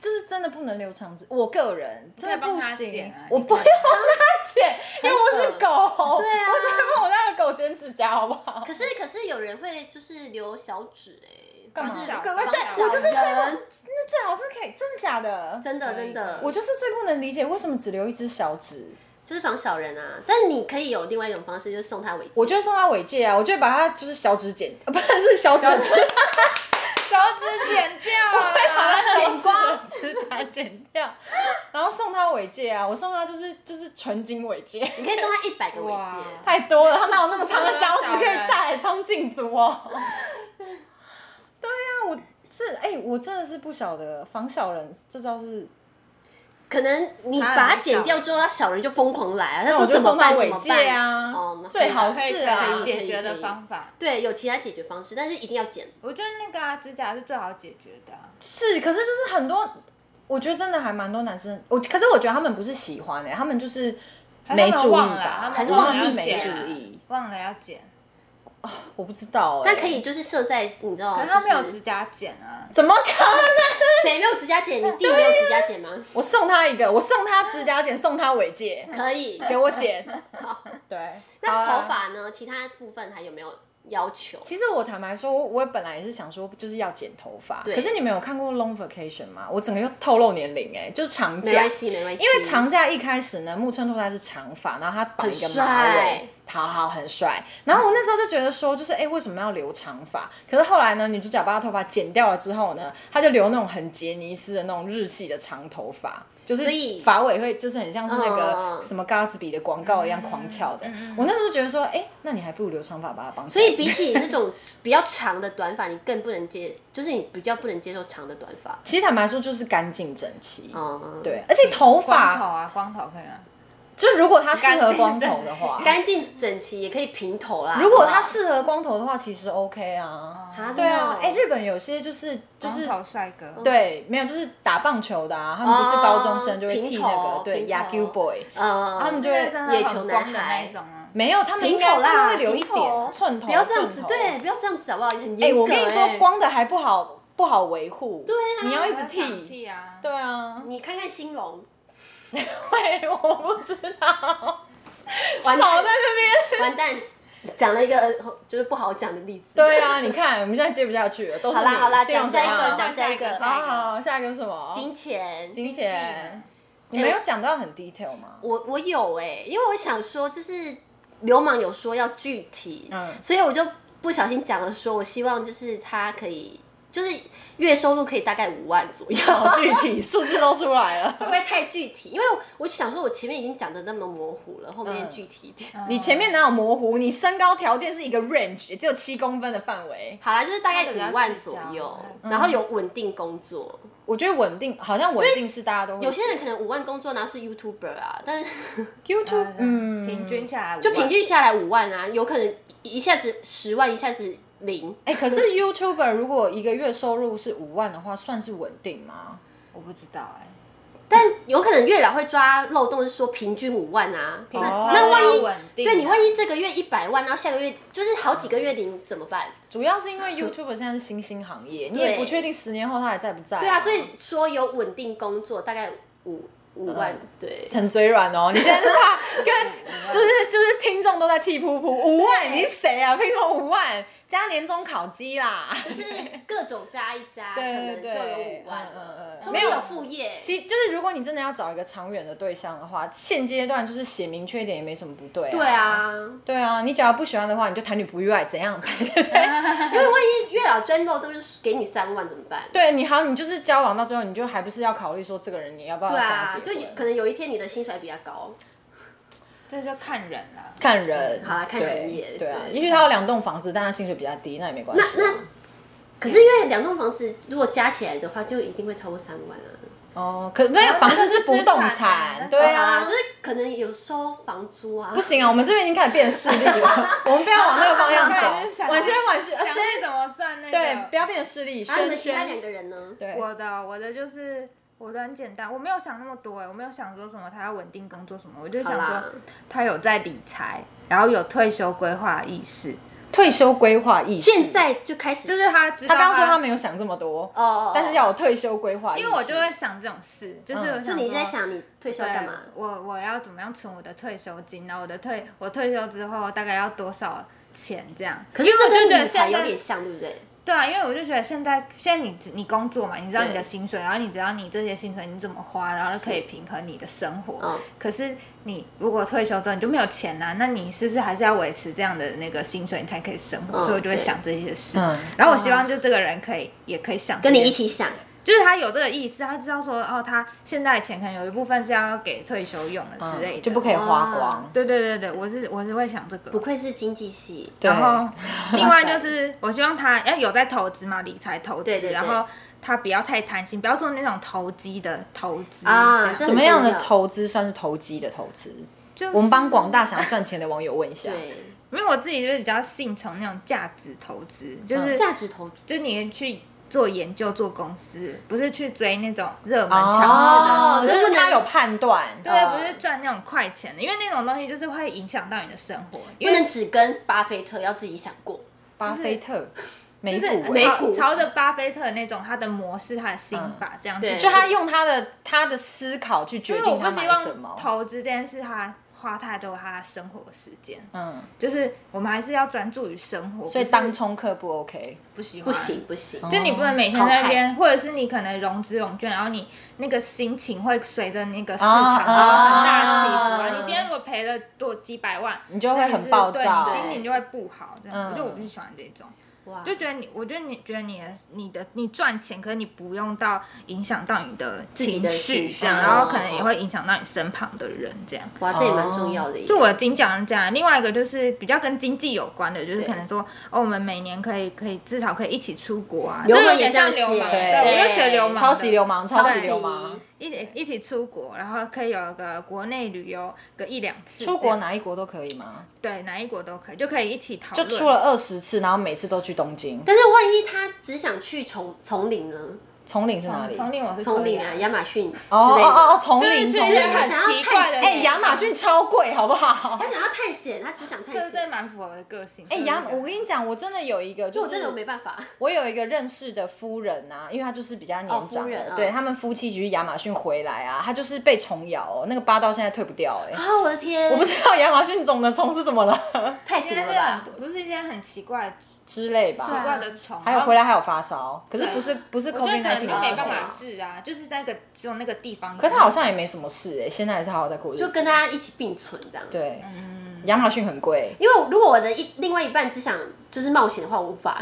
Speaker 2: 就是真的不能留长指，我个人真的
Speaker 1: 你可以
Speaker 2: 不
Speaker 1: 帮他
Speaker 2: 行
Speaker 1: 剪啊，
Speaker 2: 我
Speaker 1: 你
Speaker 2: 不
Speaker 1: 可
Speaker 2: 用
Speaker 1: 以
Speaker 2: 他剪，因为我是
Speaker 3: 很恶
Speaker 2: 狗，
Speaker 3: 对啊
Speaker 2: 我只能帮我那个狗剪指甲，好不好？
Speaker 3: 可是可是有人会就是留小指哎，
Speaker 2: 干嘛
Speaker 3: 就是
Speaker 1: 小
Speaker 2: 各位
Speaker 1: 防
Speaker 2: 对
Speaker 1: 小
Speaker 2: 我就是最不
Speaker 3: 人
Speaker 2: 那最好是可以，真的假的？
Speaker 3: 真的真的，
Speaker 2: 我就是最不能理解为什么只留一只小指，
Speaker 3: 就是防小人啊。但你可以有另外一种方式，就是送他尾戒。
Speaker 2: 我就会送他尾戒啊，我就会把他就是小指剪， 不是是小指指
Speaker 1: 手指剪掉啊
Speaker 2: 把
Speaker 1: 了，
Speaker 2: 它剪光，指 甲剪掉，然后送他尾戒啊！我送他就是就是纯金尾戒，
Speaker 3: 你可以送他一百个尾
Speaker 1: 哇
Speaker 3: 戒，
Speaker 2: 太多了，他哪有那么长的小指可以戴？冲进足哦！对啊，我是哎、我真的是不晓得防小人这招是，
Speaker 3: 可能你
Speaker 1: 他很
Speaker 3: 把它
Speaker 1: 小
Speaker 3: 剪掉之后，他小人就疯狂来啊。他
Speaker 2: 欸我
Speaker 3: 说
Speaker 2: 就
Speaker 3: 怎么
Speaker 2: 送他
Speaker 3: 办？
Speaker 2: 尾
Speaker 3: 怎么
Speaker 2: 戒
Speaker 3: 办
Speaker 2: 啊
Speaker 3: 哦，那
Speaker 2: 最
Speaker 3: 可以
Speaker 2: 好
Speaker 3: 吧
Speaker 2: 是
Speaker 1: 可以
Speaker 2: 啊
Speaker 1: 可以解决
Speaker 3: 可以可
Speaker 1: 的
Speaker 3: 以
Speaker 1: 方法。
Speaker 3: 对，有其他解决方式，但是一定要剪。
Speaker 1: 我觉得那个啊，指甲是最好解决的啊、
Speaker 2: 是，可是就是很多，我觉得真的还蛮多男生，我可是我觉得他们不是喜欢哎、他们就是
Speaker 1: 还是
Speaker 2: 没
Speaker 1: 他们
Speaker 2: 注意
Speaker 1: 忘了啊
Speaker 2: 吧，
Speaker 1: 他们
Speaker 2: 还是
Speaker 3: 忘了
Speaker 2: 忘记
Speaker 3: 要
Speaker 2: 没注
Speaker 3: 剪啊
Speaker 2: 意，
Speaker 1: 忘了要剪，啊
Speaker 2: 我不知道哎、
Speaker 3: 但可以就是设在你
Speaker 2: 哦
Speaker 3: 知道，
Speaker 1: 可是他没有
Speaker 3: 就是
Speaker 1: 指甲剪啊。
Speaker 2: 怎么可能？
Speaker 3: 谁没有指甲剪？你弟没有指甲剪吗？
Speaker 2: 我送他一个，我送他指甲剪，送他尾 戒，
Speaker 3: 可以。
Speaker 2: 啊给我剪。
Speaker 3: 好，
Speaker 2: 对，
Speaker 3: 那
Speaker 2: 好啊
Speaker 3: 头。发呢？其他部分还有没有要求？
Speaker 2: 其实我坦白说，我我本来也是想说，就是要剪头发。
Speaker 3: 对
Speaker 2: 可是你们有看过《Long Vacation》吗？我整个又透露年龄哎、就是长
Speaker 3: 没关
Speaker 2: 假。
Speaker 3: 系，没关系，
Speaker 2: 因为长假一开始呢，木村拓哉是长发，然后他绑一个
Speaker 3: 很
Speaker 2: 马
Speaker 3: 帅
Speaker 2: 尾，好好很帅。然后我那时候就觉得说，就是哎、诶为什么要留长发？可是后来呢，女主角把她头发剪掉了之后呢，她就留那种很杰尼斯的那种日系的长头发，就是
Speaker 3: 所以
Speaker 2: 发尾会就是很像是那
Speaker 3: 嗯
Speaker 2: 个什么 Gatsby 的广告一样狂翘的。我那时候觉得说，哎、那你还不如留长发把它绑起
Speaker 3: 所
Speaker 2: 来。
Speaker 3: 以比起那种 比较长的短发，你更不能接，就是你比较不能接受长的短发。
Speaker 2: 其实坦白说，就是干净整齐。
Speaker 3: 嗯，，
Speaker 2: 对，而且头
Speaker 1: 光头
Speaker 2: 发，
Speaker 1: 啊，光头可以吗？
Speaker 2: 就如果它适合光头的话，
Speaker 3: 干净整齐也可以平头啦。
Speaker 2: 如果
Speaker 3: 好
Speaker 2: 它
Speaker 3: 不
Speaker 2: 适合光头的话，其实 OK 啊。
Speaker 3: 好啊，
Speaker 2: 对啊，哎、
Speaker 3: 哎，
Speaker 2: 日本有些就是就是
Speaker 1: 哦光头帅哥，
Speaker 2: 对，没有就是打棒球的啊，他们不是高中生就会剃那
Speaker 3: 哦平
Speaker 2: 个
Speaker 3: 头
Speaker 2: 对
Speaker 3: 平头
Speaker 2: y a g u boy，
Speaker 3: 呃，
Speaker 2: 他们
Speaker 1: 是
Speaker 2: 啊就会
Speaker 1: 那真的
Speaker 3: 野球
Speaker 1: 很光的
Speaker 3: 男
Speaker 1: 那
Speaker 3: 孩
Speaker 1: 一种啊。
Speaker 2: 没有，他们应
Speaker 3: 平
Speaker 2: 该
Speaker 3: 头啦
Speaker 2: 他们会留一
Speaker 3: 平头
Speaker 2: 点寸头，
Speaker 3: 不要这样子，
Speaker 2: 寸头
Speaker 3: 对，。不要这样子好不好？很
Speaker 2: 哎、
Speaker 3: 严格。
Speaker 2: 我跟你说
Speaker 3: 哎，
Speaker 2: 光的还不好不好维护，对
Speaker 3: 啊
Speaker 2: 你要一直
Speaker 1: 长
Speaker 2: 剃，
Speaker 1: 剃啊，
Speaker 2: 对啊，
Speaker 3: 你看看兴隆，
Speaker 2: 会我不知 道，
Speaker 3: 完
Speaker 2: 少在
Speaker 3: 蛋
Speaker 2: 那边。
Speaker 3: 完蛋，讲了一个就是不好讲的例子。
Speaker 2: 对啊，你看我们现在接不下去了，都是
Speaker 3: 好啦
Speaker 2: 你
Speaker 3: 好啦，
Speaker 2: 信用
Speaker 3: 讲
Speaker 2: 怎
Speaker 3: 下一
Speaker 2: 样
Speaker 3: 个，讲下一
Speaker 1: 下一
Speaker 3: 个
Speaker 1: 个，
Speaker 2: 啊好好好，下一个是什么？
Speaker 3: 金钱。
Speaker 2: 金
Speaker 1: 经纪
Speaker 2: 钱
Speaker 1: 人，
Speaker 2: 你没有讲到很 detail 吗？
Speaker 3: 我我有哎、因为我想说，就是流氓有说要具体，
Speaker 2: 嗯
Speaker 3: 所以我就不小心讲了说，我希望就是他可以，就是月收入可以大概五万左右，
Speaker 2: 好哦具体，数字都出来 了。
Speaker 3: 会不会太具体？因为我想说，我前面已经讲的那么模糊了，后面
Speaker 2: 嗯
Speaker 3: 具体一点。
Speaker 1: 嗯
Speaker 2: 你前面哪有模糊？你身高条件是一个 range，只有七公分的范围。
Speaker 3: 好啦，就是大概
Speaker 1: 那个比较
Speaker 3: 五万
Speaker 1: 聚
Speaker 3: 左
Speaker 1: 焦
Speaker 3: 右，
Speaker 2: 嗯
Speaker 3: 然后有稳定工作。
Speaker 2: 我觉得稳定，好像稳定是大家都会
Speaker 3: 有些人可能五万工作，然后是 YouTuber 啊，但是
Speaker 2: YouTube，嗯，
Speaker 1: 啊平均下来
Speaker 3: 就平。均下来五万啊，有可能一下子十万，一下子零。
Speaker 2: 哎、可是 YouTuber 如果一个月收入是五万的话，算是稳定吗？
Speaker 1: 我不知道哎、
Speaker 3: 但有可能月老会抓漏洞，是说平均五万啊。
Speaker 1: 平
Speaker 2: 哦
Speaker 3: 那万一
Speaker 1: 稳定啊
Speaker 3: 对你万一这个月一百万，然后下个月就是好几个月零怎么办？
Speaker 2: 主要是因 为 YouTuber 现在是新兴行业，你也
Speaker 3: 对
Speaker 2: 不确定十年后他还在不在、
Speaker 3: 对啊，所以说有稳定工作大概五五万，对。
Speaker 2: 很嘴软哦。你现在是怕跟 就是就是听众都在气噗噗，五万你是谁啊？凭什么五万加年终烤鸡啦？
Speaker 3: 就是各种加一加，可
Speaker 2: 对
Speaker 3: 能就
Speaker 2: 对
Speaker 3: 有
Speaker 2: 对
Speaker 3: 五万
Speaker 2: 嗯嗯
Speaker 3: 了，
Speaker 2: 嗯
Speaker 3: 说不定有副业，
Speaker 2: 其就是如果你真的要找一个长远的对象的话，现阶段就是写明确一点也没什么不对、啊。
Speaker 3: 对，啊，
Speaker 2: 对啊，你只要不喜欢的话，你就谈女不欲爱，怎样？
Speaker 3: 因为万一月老钻漏洞，就是给你三万怎么办？
Speaker 2: 对啊你好，你就是交往到最后，你就还不是要考虑说这个人你要不要
Speaker 3: 对
Speaker 2: 跟他
Speaker 3: 啊
Speaker 2: 结，
Speaker 3: 就
Speaker 2: 婚？
Speaker 3: 有可能有一天你的薪水比较高，
Speaker 1: 这就看人啦、
Speaker 2: 看人，
Speaker 3: 好啦看
Speaker 2: 对
Speaker 3: 行业
Speaker 2: 对啊，
Speaker 3: 对
Speaker 2: 也许他有两栋房子，但他薪水比较低，那也没关系啊。
Speaker 3: 那可是因为两栋房子如果加起来的话，就一定会超过三万啊。
Speaker 2: 哦，可没有房子是不动
Speaker 1: 资产啊
Speaker 2: 产，对
Speaker 3: 好啦
Speaker 2: 啊
Speaker 3: 就。是可能有收房租啊
Speaker 2: 不。行啊，我们这边已经开始变势力了， 我们不要往那个方向
Speaker 1: 好好好
Speaker 2: 走。晚轩，晚轩，啊
Speaker 1: 想
Speaker 2: 轩，
Speaker 1: 怎么算那个？
Speaker 2: 对，不要变势力。
Speaker 3: 啊然后你
Speaker 2: 轩
Speaker 3: 们其他两
Speaker 2: 轩，
Speaker 3: 个人呢？
Speaker 2: 对，
Speaker 1: 我的我的就是我的很简单，我没有想那么多哎、我没有想说什么他要稳定工作什么，我就
Speaker 3: 好
Speaker 1: 想
Speaker 3: 啦
Speaker 1: 说，他有在理财，然后有退休规划意识，
Speaker 2: 退休规划意识。
Speaker 3: 现在就开始
Speaker 1: 就是他知道
Speaker 2: 他刚刚说他没有想这么多，
Speaker 3: 哦哦，哦
Speaker 2: 但是要有退休规划意识。
Speaker 1: 因为我就会想这种事，就是
Speaker 2: 嗯
Speaker 1: 我
Speaker 3: 就
Speaker 1: 想
Speaker 3: 你在
Speaker 1: 说。
Speaker 3: 想你退休
Speaker 1: 对
Speaker 3: 干嘛？
Speaker 1: 我我要怎么样存我的退休金呢？我的退我退休之后大概要多少钱这样？
Speaker 3: 可是
Speaker 1: 因为
Speaker 3: 这
Speaker 1: 我就觉
Speaker 3: 跟
Speaker 1: 得
Speaker 3: 理
Speaker 1: 现
Speaker 3: 财
Speaker 1: 在
Speaker 3: 有点像，对不对？
Speaker 1: 对啊，因为我就觉得现在现在你只你工作嘛，你知道你的
Speaker 3: 对
Speaker 1: 薪水，然后你知道你这些薪水你怎么花，然后就可以平衡你的生活。
Speaker 3: 嗯
Speaker 1: 可是你如果退休之后你就没有钱啦、那你是不是还是要维持这样的那个薪水，你才可以生活？
Speaker 3: 嗯
Speaker 1: 所以我就会
Speaker 3: 对
Speaker 1: 想这些事。
Speaker 2: 嗯
Speaker 1: 然后我希望就这个人可以也可以想
Speaker 3: 跟你
Speaker 1: 这
Speaker 3: 一
Speaker 1: 些
Speaker 3: 起
Speaker 1: 事，
Speaker 3: 想，
Speaker 1: 就是他有这个意识，他知道说哦，他现在的钱可能有一部分是要给退休用的之类的，啊
Speaker 2: 嗯就不可以花
Speaker 3: 哇
Speaker 2: 光。
Speaker 1: 对对对对，我是我是会想这个
Speaker 3: 不。愧是经济系，
Speaker 2: 对
Speaker 1: 然后另外就是，我希望他要有在投资嘛，理财投资，
Speaker 3: 对对对
Speaker 1: 然后他不要太贪心，不要做那种投机的投资
Speaker 3: 啊
Speaker 1: 这
Speaker 3: 这
Speaker 1: 样
Speaker 2: 什么样的投资算是投机的投资？
Speaker 1: 就是
Speaker 2: 我们帮广大想要赚钱的网友问一下。
Speaker 3: 对，
Speaker 1: 因为我自己就是比较信从那种价值投资，就是、
Speaker 2: 啊
Speaker 3: 价值投资。
Speaker 1: 就是你去做研究、做公司，不是去追那种热门强势的。
Speaker 2: 哦，
Speaker 3: 就
Speaker 2: 就是哦是他
Speaker 3: 能
Speaker 2: 有判断。啊
Speaker 1: 对，不是赚那种快钱的，因为那种东西就是会影响到你的生活。因
Speaker 3: 不
Speaker 1: 为
Speaker 3: 能只跟巴菲特，要自己想过。
Speaker 2: 巴菲特美
Speaker 1: 就
Speaker 2: 股
Speaker 1: 是
Speaker 2: 欸，
Speaker 3: 美
Speaker 1: 朝
Speaker 3: 股
Speaker 1: 朝着巴菲特那种他的模式、他的心法这样去
Speaker 3: 对
Speaker 2: 就他用他的他的思考去决
Speaker 1: 因为我
Speaker 2: 定
Speaker 1: 不
Speaker 2: 他
Speaker 1: 希
Speaker 2: 买什
Speaker 1: 望
Speaker 2: 么。
Speaker 1: 投资这件事，他花太多他生活的时间，
Speaker 2: 嗯，
Speaker 1: 就是我们还是要专注于生活。
Speaker 2: 所以
Speaker 1: 不是
Speaker 2: 当冲客不嗯 OK。
Speaker 1: 不喜欢，
Speaker 3: 不，行不行，
Speaker 1: 就你不能每天在那边，或者是你可能融资融券，然后你那个心情会随着那个市场
Speaker 2: 哦
Speaker 1: 然后很大的起伏。啊
Speaker 2: 哦
Speaker 1: 然后你今天如果赔了多几百万，
Speaker 2: 你就会
Speaker 1: 那
Speaker 2: 很暴
Speaker 1: 是对
Speaker 2: 躁
Speaker 1: 你心情就会不好。这样，
Speaker 2: 嗯
Speaker 1: 我觉得我不喜欢这种。
Speaker 3: 哇，
Speaker 1: 就觉得你，我觉得你觉得你的你的你赚钱，可是你不用到影响到你的
Speaker 3: 自己
Speaker 1: 情
Speaker 3: 的
Speaker 1: 绪
Speaker 3: 情绪
Speaker 1: 这样，然后可
Speaker 2: 嗯
Speaker 1: 能
Speaker 3: 哦
Speaker 1: 也会影响到你身旁的人这样。
Speaker 3: 哇，这也蛮重要的一个。
Speaker 1: 哦就我的金奖是这样，另外一个就是比较跟经济有关的，就是
Speaker 3: 对
Speaker 1: 可能说哦，我们每年可以可以至少可以一起出国啊，
Speaker 3: 流
Speaker 1: 这
Speaker 3: 氓
Speaker 1: 有点
Speaker 3: 也这样
Speaker 1: 像流
Speaker 3: 写
Speaker 1: 氓，
Speaker 2: 对
Speaker 1: 对，我就学
Speaker 3: 对
Speaker 1: 流氓的，
Speaker 2: 抄袭流氓，抄袭
Speaker 1: 对
Speaker 2: 流氓。
Speaker 1: 一起一起出国，然后可以有个国内旅游个一两次这样，
Speaker 2: 出国哪一国都可以吗？
Speaker 1: 对哪一国都可以，就可以一起讨
Speaker 2: 就
Speaker 1: 论。
Speaker 2: 出了二十次，然后每次都去东京。
Speaker 3: 但是万一他只想去丛丛林呢？
Speaker 2: 丛林是哪里？
Speaker 1: 嗯丛林我是可
Speaker 3: 丛
Speaker 1: 以
Speaker 3: 林啊，亚马逊之
Speaker 2: 哦哦
Speaker 3: 类
Speaker 2: 哦，
Speaker 3: 的。
Speaker 2: 丛
Speaker 1: 就是
Speaker 2: 林，丛
Speaker 1: 觉
Speaker 2: 林
Speaker 1: 得
Speaker 3: 就是
Speaker 1: 很
Speaker 3: 很
Speaker 1: 奇
Speaker 3: 奇
Speaker 1: 怪
Speaker 3: 怪
Speaker 1: 的
Speaker 3: 的，
Speaker 2: 哎，亚马逊超贵，好不好？
Speaker 3: 他想要探险，他只想探
Speaker 1: 这是
Speaker 3: 险。
Speaker 1: 真蛮符合我的个性。
Speaker 2: 哎，
Speaker 1: 就是
Speaker 2: 亚，
Speaker 1: 这个
Speaker 2: 我跟你讲，我真的有一个，就
Speaker 3: 我
Speaker 2: 是
Speaker 3: 真的没办法，
Speaker 2: 我有一个认识的夫人啊，因为她就是比较年
Speaker 3: 哦
Speaker 2: 长的，
Speaker 3: 夫人啊
Speaker 2: 对他们夫妻去亚马逊回来啊，她就是被虫咬、哦，那个疤到现在退不掉哎、
Speaker 3: 啊！我的天，
Speaker 2: 我不知道亚马逊种的虫是怎么了
Speaker 3: 太毒
Speaker 1: 因为那
Speaker 3: 了吧
Speaker 1: 个？不是一件很奇怪
Speaker 2: 之类
Speaker 1: 奇
Speaker 2: 吧。
Speaker 1: 怪的虫，
Speaker 2: 啊还有回来还有发烧，可是不是不是
Speaker 1: 啊然后。我觉
Speaker 2: COVID
Speaker 1: 得可能
Speaker 2: nineteen
Speaker 1: 就没
Speaker 2: 的时
Speaker 1: 办
Speaker 2: 候
Speaker 1: 法
Speaker 2: 啊，
Speaker 1: 治啊，就是那个只有那个地方有。
Speaker 2: 可他好像也没什么事哎、现在还是好好在过日子。
Speaker 3: 就跟他一起并存这样。，
Speaker 2: 对，亚马逊很贵，
Speaker 3: 因为如果我的一另外一半只想就是冒险的话，我无法。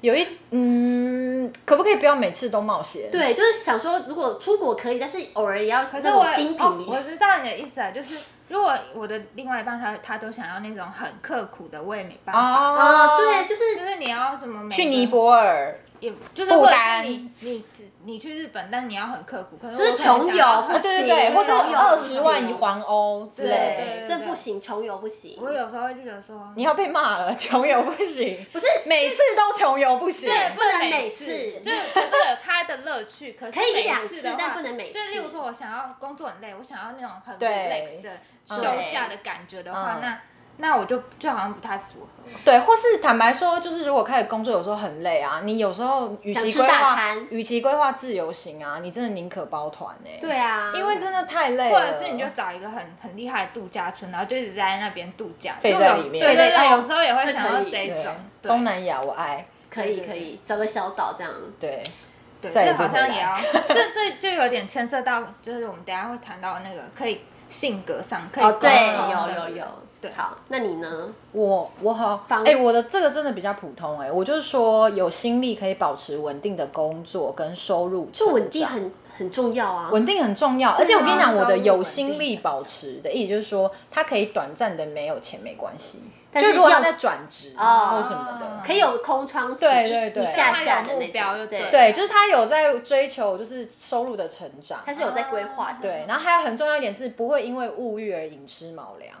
Speaker 2: 有一嗯，可不可以不要每次都冒险？，
Speaker 3: 对，就是想说，如果出国可以，但是偶尔也要
Speaker 1: 可
Speaker 3: 可
Speaker 1: 是我
Speaker 3: 精品
Speaker 1: 哦
Speaker 3: 旅，
Speaker 1: 我知道你的意思啊，就是如果我的另外一半他他都想要那种很刻苦的，我也没办法。
Speaker 2: 哦
Speaker 3: 啊，，对，就是
Speaker 1: 就是你要什么每个
Speaker 2: 去尼，泊尔，
Speaker 1: 也就是
Speaker 2: 不
Speaker 1: 或者
Speaker 2: 丹
Speaker 1: 是你你只你去日本，但你要很刻苦，可能
Speaker 3: 就是
Speaker 1: 我可能
Speaker 3: 穷
Speaker 1: 想
Speaker 3: 游
Speaker 1: 要
Speaker 3: 不
Speaker 2: 啊
Speaker 1: 很
Speaker 2: 对对
Speaker 3: 行
Speaker 2: 对，或是
Speaker 3: 穷游
Speaker 2: 二
Speaker 3: 不
Speaker 2: 十
Speaker 3: 行
Speaker 2: 万环欧之类的。
Speaker 1: 对
Speaker 3: 对，这
Speaker 1: 对
Speaker 3: 不行，穷游不行。
Speaker 1: 我有时候会就觉得说，
Speaker 2: 你要被骂了， 穷游不行，
Speaker 3: 不是
Speaker 2: 每次都穷游不行。
Speaker 3: 对不能每次
Speaker 1: 就是可是有它的乐趣，可是
Speaker 3: 可以一
Speaker 1: 每
Speaker 3: 两
Speaker 1: 次
Speaker 3: 次
Speaker 1: 的话
Speaker 3: 但不能每次
Speaker 1: 就例如说，我想要工作很累，我想要那种很
Speaker 2: 对
Speaker 1: relax 的休假的感觉的话，
Speaker 2: 嗯
Speaker 1: 那那我就就好像不太符合。
Speaker 2: 对或是坦白说，就是如果开始工作，有时候很累啊，你有时候与
Speaker 3: 想
Speaker 2: 其
Speaker 3: 吃
Speaker 2: 规
Speaker 3: 大
Speaker 2: 划
Speaker 3: 餐，
Speaker 2: 与其规划自由行啊，你真的宁可包团呢、
Speaker 3: 对、啊，
Speaker 2: 因为真的太累了，
Speaker 1: 或者是你就找一个很很厉害的度假村，然后就一直在那边度假，
Speaker 2: 废
Speaker 1: 因为我
Speaker 2: 在
Speaker 1: 有
Speaker 2: 里面
Speaker 1: 对对对，
Speaker 3: 哦
Speaker 1: 有时候也会
Speaker 3: 这
Speaker 1: 想要
Speaker 3: 可以
Speaker 1: 这一
Speaker 2: 对
Speaker 1: 种。对
Speaker 2: 东南亚我爱，
Speaker 3: 可以可以找个小岛这样。
Speaker 2: 对
Speaker 1: 对，
Speaker 2: 再也
Speaker 1: 这
Speaker 2: 不
Speaker 1: 好
Speaker 2: 回
Speaker 1: 像
Speaker 2: 来
Speaker 1: 也 要，这这就有点牵涉到，就是我们等一下会谈到那个可以性格上可以
Speaker 3: 哦，对，
Speaker 1: 沟通的
Speaker 3: 有有有，
Speaker 1: 对
Speaker 3: 好，那你呢？
Speaker 2: 我我好
Speaker 3: 访
Speaker 2: 哎、我的这个真的比较普通哎、我就是说有心力可以保持稳定的工作跟收入成长，
Speaker 3: 就稳定很很重要啊。
Speaker 2: 稳定很重要，而且我跟你讲，
Speaker 1: 收入
Speaker 2: 我的有
Speaker 1: 稳
Speaker 2: 心
Speaker 1: 定
Speaker 2: 力保持的意思就是说，它可以短暂的没有钱没关系，
Speaker 3: 但
Speaker 2: 就是如果他
Speaker 3: 要
Speaker 2: 在转职啊
Speaker 3: 哦
Speaker 2: 或什么的，
Speaker 3: 可以有空窗期，
Speaker 2: 对对对
Speaker 3: 一下
Speaker 1: 让他
Speaker 3: 下的
Speaker 1: 有
Speaker 3: 那
Speaker 1: 目标就
Speaker 3: 种，
Speaker 1: 对
Speaker 3: 对，
Speaker 2: 对，就是他有在追求就是收入的成长，啊
Speaker 3: 他是有在规划的，
Speaker 2: 对，然后还有很重要一点是不会因为物欲而引吃毛粮。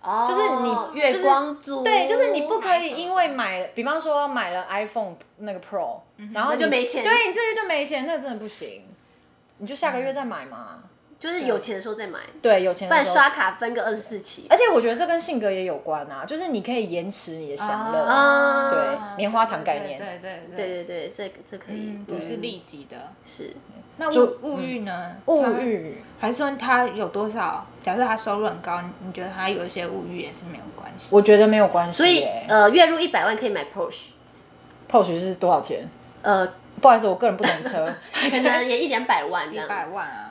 Speaker 3: 哦，
Speaker 2: 就是你
Speaker 3: 月光族，
Speaker 2: 对，就是你不可以
Speaker 1: 买
Speaker 2: 因为买，比方说买了 iPhone 那个 Pro，、然后
Speaker 3: 嗯那就
Speaker 2: 你
Speaker 3: 没钱
Speaker 2: 对你这个就没钱，那个真的不行，你就下个
Speaker 3: 嗯
Speaker 2: 月再买嘛。
Speaker 3: 就是有钱的时候再买，
Speaker 2: 对，有钱
Speaker 3: 不
Speaker 2: 的
Speaker 3: 然
Speaker 2: 时候
Speaker 3: 刷卡分个二十四期，
Speaker 2: 而且我觉得这跟性格也有关啊，就是你可以延迟你的享乐。
Speaker 3: 啊
Speaker 2: 对棉花糖概念
Speaker 1: 对对对
Speaker 3: 对对对，这这可以
Speaker 1: 嗯，，对，是利己的。
Speaker 3: 是
Speaker 1: 那
Speaker 2: 就嗯
Speaker 1: 物物欲呢？
Speaker 2: 物欲，
Speaker 1: 他还是说他有多少？假设他收入很高，你你觉得他有一些物欲也是没有关系。
Speaker 2: 我觉得没有关系
Speaker 3: 所以
Speaker 2: 耶、
Speaker 3: 呃，月入一百万可以买 Porsche，
Speaker 2: Porsche 是多少钱？
Speaker 3: 呃，
Speaker 2: 不好意思，我个人不懂 车。
Speaker 3: 可能也一两百万这
Speaker 1: 几
Speaker 3: 样。
Speaker 1: 百万啊，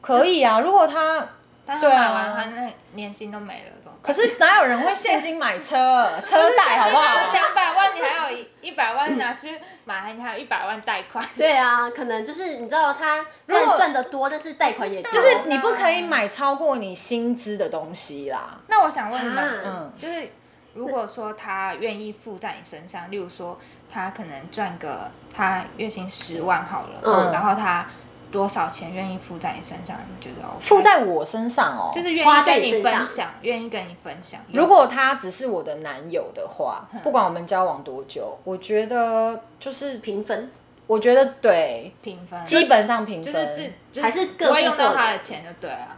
Speaker 2: 可以啊，如果他，
Speaker 1: 但他
Speaker 2: 对啊
Speaker 1: 买完他那年薪都没了，怎么办？
Speaker 2: 可是哪有人会现金买车？车贷好不 好？
Speaker 1: 两百万你还有一一百万拿去买，你还有一百万贷款。
Speaker 3: 对啊，可能就是你知道他虽
Speaker 2: 如果
Speaker 3: 然赚的多，但是贷款也多
Speaker 2: 就是你不可以买超过你薪资的东西啦。
Speaker 1: 那我想问你们，
Speaker 3: 啊
Speaker 2: 嗯，
Speaker 1: 就是如果说他愿意付在你身上，例如说他可能赚个他月薪十万好了，
Speaker 3: 嗯
Speaker 1: 然后他多少钱愿意付在你身上，你觉得 OK？
Speaker 2: 付在我身上哦，
Speaker 1: 就是愿
Speaker 3: 花
Speaker 1: 意
Speaker 3: 在
Speaker 1: 跟
Speaker 3: 你
Speaker 1: 你
Speaker 3: 身
Speaker 1: 分
Speaker 3: 上
Speaker 1: 享，愿意跟你分享。
Speaker 2: 如果他只是我的男友的话，不管我们交往多久，我觉得就是
Speaker 3: 平分，
Speaker 2: 我觉得对，
Speaker 1: 平分，
Speaker 2: 基本上平
Speaker 1: 就
Speaker 2: 分，
Speaker 1: 是自就
Speaker 3: 还是各
Speaker 1: 不会
Speaker 3: 付
Speaker 1: 用到
Speaker 3: 各
Speaker 1: 他
Speaker 3: 的
Speaker 1: 的钱就对了。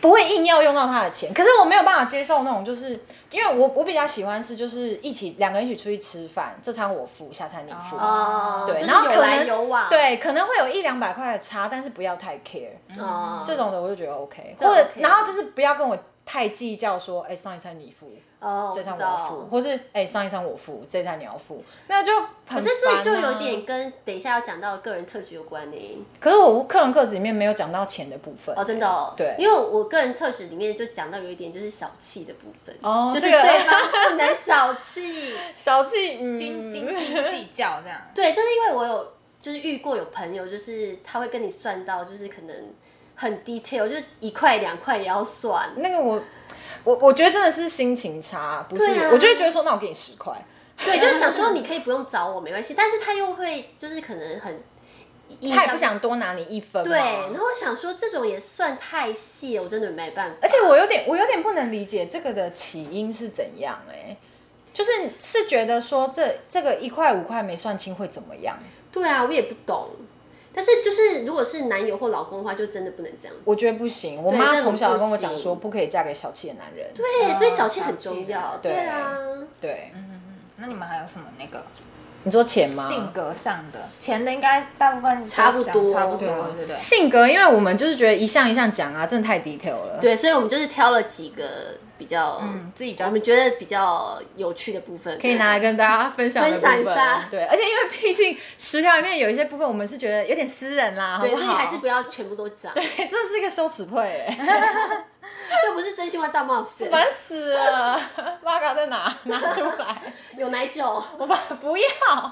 Speaker 2: 不会硬要用到他的钱。可是我没有办法接受那种，就是因为我我比较喜欢是就是一起两个人一起出去吃饭，这餐我付，下餐你付。
Speaker 3: 哦，
Speaker 2: 对
Speaker 3: 就是
Speaker 2: 然后可
Speaker 3: 有来
Speaker 2: 能
Speaker 3: 有往，，
Speaker 2: 对，可能会有一两百块的差，但是不要太 care，、
Speaker 3: 哦，
Speaker 2: 嗯这种的我就觉得 OK，
Speaker 3: 这
Speaker 2: 或者
Speaker 3: OK
Speaker 2: 然后就是不要跟我太计较说，哎、上一餐你付，
Speaker 3: 哦，
Speaker 2: 这餐
Speaker 3: 我知
Speaker 2: 我
Speaker 3: 道
Speaker 2: 付，或是哎、上一餐我付，这餐你要付，那就很、啊
Speaker 3: 可是这就有，点跟等一下要讲到的个人特质有关呢、
Speaker 2: 可是我客人课里面没有讲到钱的部分
Speaker 3: 哦，真的哦，
Speaker 2: 对
Speaker 3: 因为我个人特质里面就讲到有一点就是小气的部分，
Speaker 2: 哦
Speaker 3: 就是
Speaker 2: 这个
Speaker 3: 对 方不能小气，
Speaker 2: 小气，嗯，
Speaker 1: 斤斤斤计较这样。
Speaker 3: 对，就是因为我有就是遇过有朋友，就是他会跟你算到就是可能很 detail，就是一块两块也要算，
Speaker 2: 那个我。我我觉得真的是心情差，不是，
Speaker 3: 对啊
Speaker 2: 我就会觉得说，那我给你十块，
Speaker 3: 对，就是想说你可以不用找我没关系，但是他又会就是可能很，
Speaker 2: 他也不想多拿你一分嘛，
Speaker 3: 对，然后我想说这种也算太细了，我真的没办法，
Speaker 2: 而且我有点，我有点不能理解这个的起因是怎样哎、就是是觉得说这这个一块五块没算清会怎么样？
Speaker 3: 对啊，我也不懂。但是就是，如果是男友或老公的话，就真的不能这样。
Speaker 2: 我觉得不行。我
Speaker 3: 对
Speaker 2: 妈
Speaker 3: 这种
Speaker 2: 从小
Speaker 3: 不
Speaker 2: 跟我讲
Speaker 3: 行
Speaker 2: 说，不可以嫁给小气的男人。对
Speaker 3: 对，所以小
Speaker 1: 哦
Speaker 3: 气
Speaker 1: 小
Speaker 3: 很
Speaker 1: 气
Speaker 3: 重要。
Speaker 2: 对
Speaker 3: 对啊，
Speaker 2: 对，
Speaker 1: 那你们还有什么那个
Speaker 2: 你说钱吗？
Speaker 1: 性格上的？钱的应该大部分都
Speaker 3: 啊差不
Speaker 1: 讲
Speaker 3: 多
Speaker 1: 差不多，
Speaker 3: 对啊
Speaker 1: 对不对？
Speaker 2: 性格，因为我们就是觉得一项一项讲啊，真的太 detail 了。
Speaker 3: 对，所以我们就是挑了几个比较，
Speaker 1: 嗯，自己比
Speaker 3: 我
Speaker 1: 较
Speaker 3: 们觉得比较有趣的部分，
Speaker 2: 可以拿来跟大家分享的部
Speaker 3: 分享一下
Speaker 2: 分，啊对，而且因为毕竟十条里面有一些部分我们是觉得有点私人啦，好
Speaker 3: 对，
Speaker 2: 不
Speaker 3: 所以
Speaker 2: 好？
Speaker 3: 还是不要全部都讲，
Speaker 2: 对， 真的是一个羞耻愧、欸。
Speaker 3: 又不是真心话大冒险，
Speaker 2: 烦死了！八嘎在哪？拿出来！
Speaker 3: 有奶酒，
Speaker 2: 我把不要，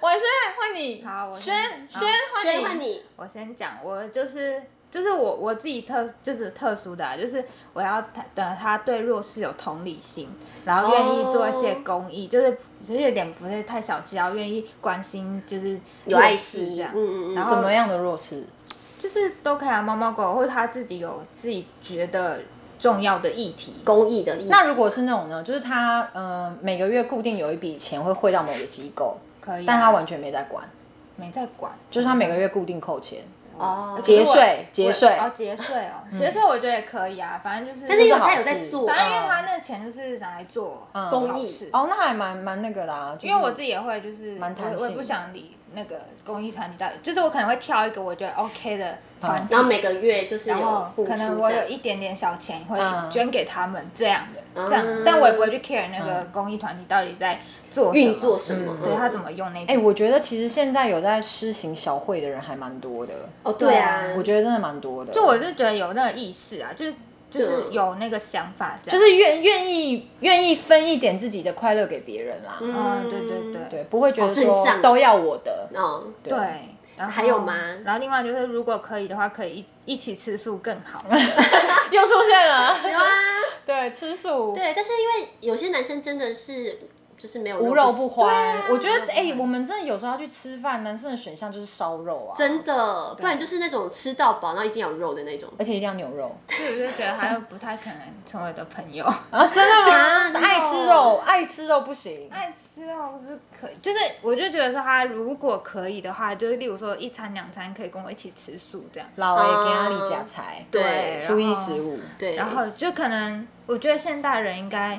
Speaker 2: 婉轩换你，
Speaker 1: 好我
Speaker 2: 轩
Speaker 1: 先
Speaker 2: 轩
Speaker 1: 好
Speaker 3: 谁
Speaker 2: 换
Speaker 3: 换
Speaker 2: 你，
Speaker 3: 你？
Speaker 1: 我先讲，我就是就是我我自己特就是特殊的、啊，就是我要他等他对弱势有同理心，然后愿意做一
Speaker 3: 哦
Speaker 1: 些公益，就是就是有点不是太小气，然后愿意关心就是
Speaker 3: 有爱心，
Speaker 1: 弱势这样，
Speaker 3: 嗯嗯嗯，
Speaker 1: 然后
Speaker 2: 怎么样的弱势？
Speaker 1: 就是都可以啊，猫猫狗狗或者他自己有自己觉得重要的议题，
Speaker 3: 公益的意思。
Speaker 2: 那如果是那种呢？就是他呃每个月固定有一笔钱会汇到某个机构，
Speaker 1: 可以啊、
Speaker 2: 但他完全没在管，
Speaker 1: 没在管，
Speaker 2: 就是他每个月固定扣钱，
Speaker 3: 哦，
Speaker 1: 可是
Speaker 2: 节
Speaker 1: 我
Speaker 2: 税节
Speaker 1: 我
Speaker 2: 税
Speaker 1: 哦，节税哦，节税我觉得也可以啊，反正就是，
Speaker 3: 但是因
Speaker 2: 这
Speaker 3: 为
Speaker 2: 是好
Speaker 3: 他有在
Speaker 2: 事
Speaker 3: 做，嗯
Speaker 1: 反正因为他那钱就是拿来做
Speaker 2: 嗯
Speaker 1: 公
Speaker 3: 好
Speaker 1: 益
Speaker 3: 事
Speaker 1: 事，
Speaker 2: 哦，那还蛮蛮那个的啊，就是
Speaker 1: 因为我自己也会，就是
Speaker 2: 蛮弹
Speaker 1: 我我也
Speaker 2: 性
Speaker 1: 不想理那个公益团体到底，就是我可能会挑一个我觉得 OK 的团体，
Speaker 3: 然后每个月就是
Speaker 1: 然
Speaker 3: 嗯有
Speaker 1: 后
Speaker 3: 付出
Speaker 1: 可能我
Speaker 3: 这
Speaker 1: 有
Speaker 3: 样
Speaker 1: 一点点小钱会
Speaker 2: 嗯
Speaker 1: 捐给他们这样的，
Speaker 3: 嗯
Speaker 1: 这样，但我也不会去 care 那个公益团体到底在做什么
Speaker 3: 运作什么
Speaker 1: 嗯对他怎么用那
Speaker 2: 哎、
Speaker 1: 笔，
Speaker 2: 我觉得其实现在有在施行小惠的人还蛮多的，
Speaker 3: 哦，对啊，
Speaker 2: 我觉得真的蛮多的。
Speaker 1: 就我是觉得有那个意识啊，就是就是
Speaker 3: 对
Speaker 1: 有那个想法这样，
Speaker 2: 就是愿愿意愿意分一点自己的快乐给别人啦，
Speaker 1: 嗯，对对对。
Speaker 2: 对，不会觉得
Speaker 3: 哦好正
Speaker 2: 说
Speaker 3: 向
Speaker 2: 都要我的，
Speaker 3: 哦，
Speaker 2: 对
Speaker 1: 对，然后
Speaker 3: 还有吗
Speaker 1: 然后另外就是，如果可以的话，可以一一起吃素更 好。
Speaker 2: 又出现了，
Speaker 3: 有啊，
Speaker 2: 对，吃素，
Speaker 3: 对，但是因为有些男生真的是就是没有
Speaker 2: 无肉不
Speaker 3: 不
Speaker 2: 欢。
Speaker 3: 对啊
Speaker 2: 我觉得，哎、我们真的有时候要去吃饭，男生的选项就是烧肉啊，
Speaker 3: 真的，不然就是那种吃到饱，然后一定要有肉的那种。
Speaker 2: 而且一定要牛肉
Speaker 1: 所以我就觉得他又不太可能成为我的朋 友。
Speaker 2: 啊，真的
Speaker 3: 啊真的 哦
Speaker 2: 爱吃肉，爱吃肉不行，
Speaker 1: 爱吃肉是可以，就是我就觉得说他如果可以的话，就是例如说一餐两餐可以跟我一起吃素这样。
Speaker 2: 老爷给阿里夹菜，
Speaker 3: 对
Speaker 1: 对，
Speaker 2: 初一
Speaker 1: 然后
Speaker 2: 十五，
Speaker 3: 对，
Speaker 1: 然后就可能，我觉得现代人应该，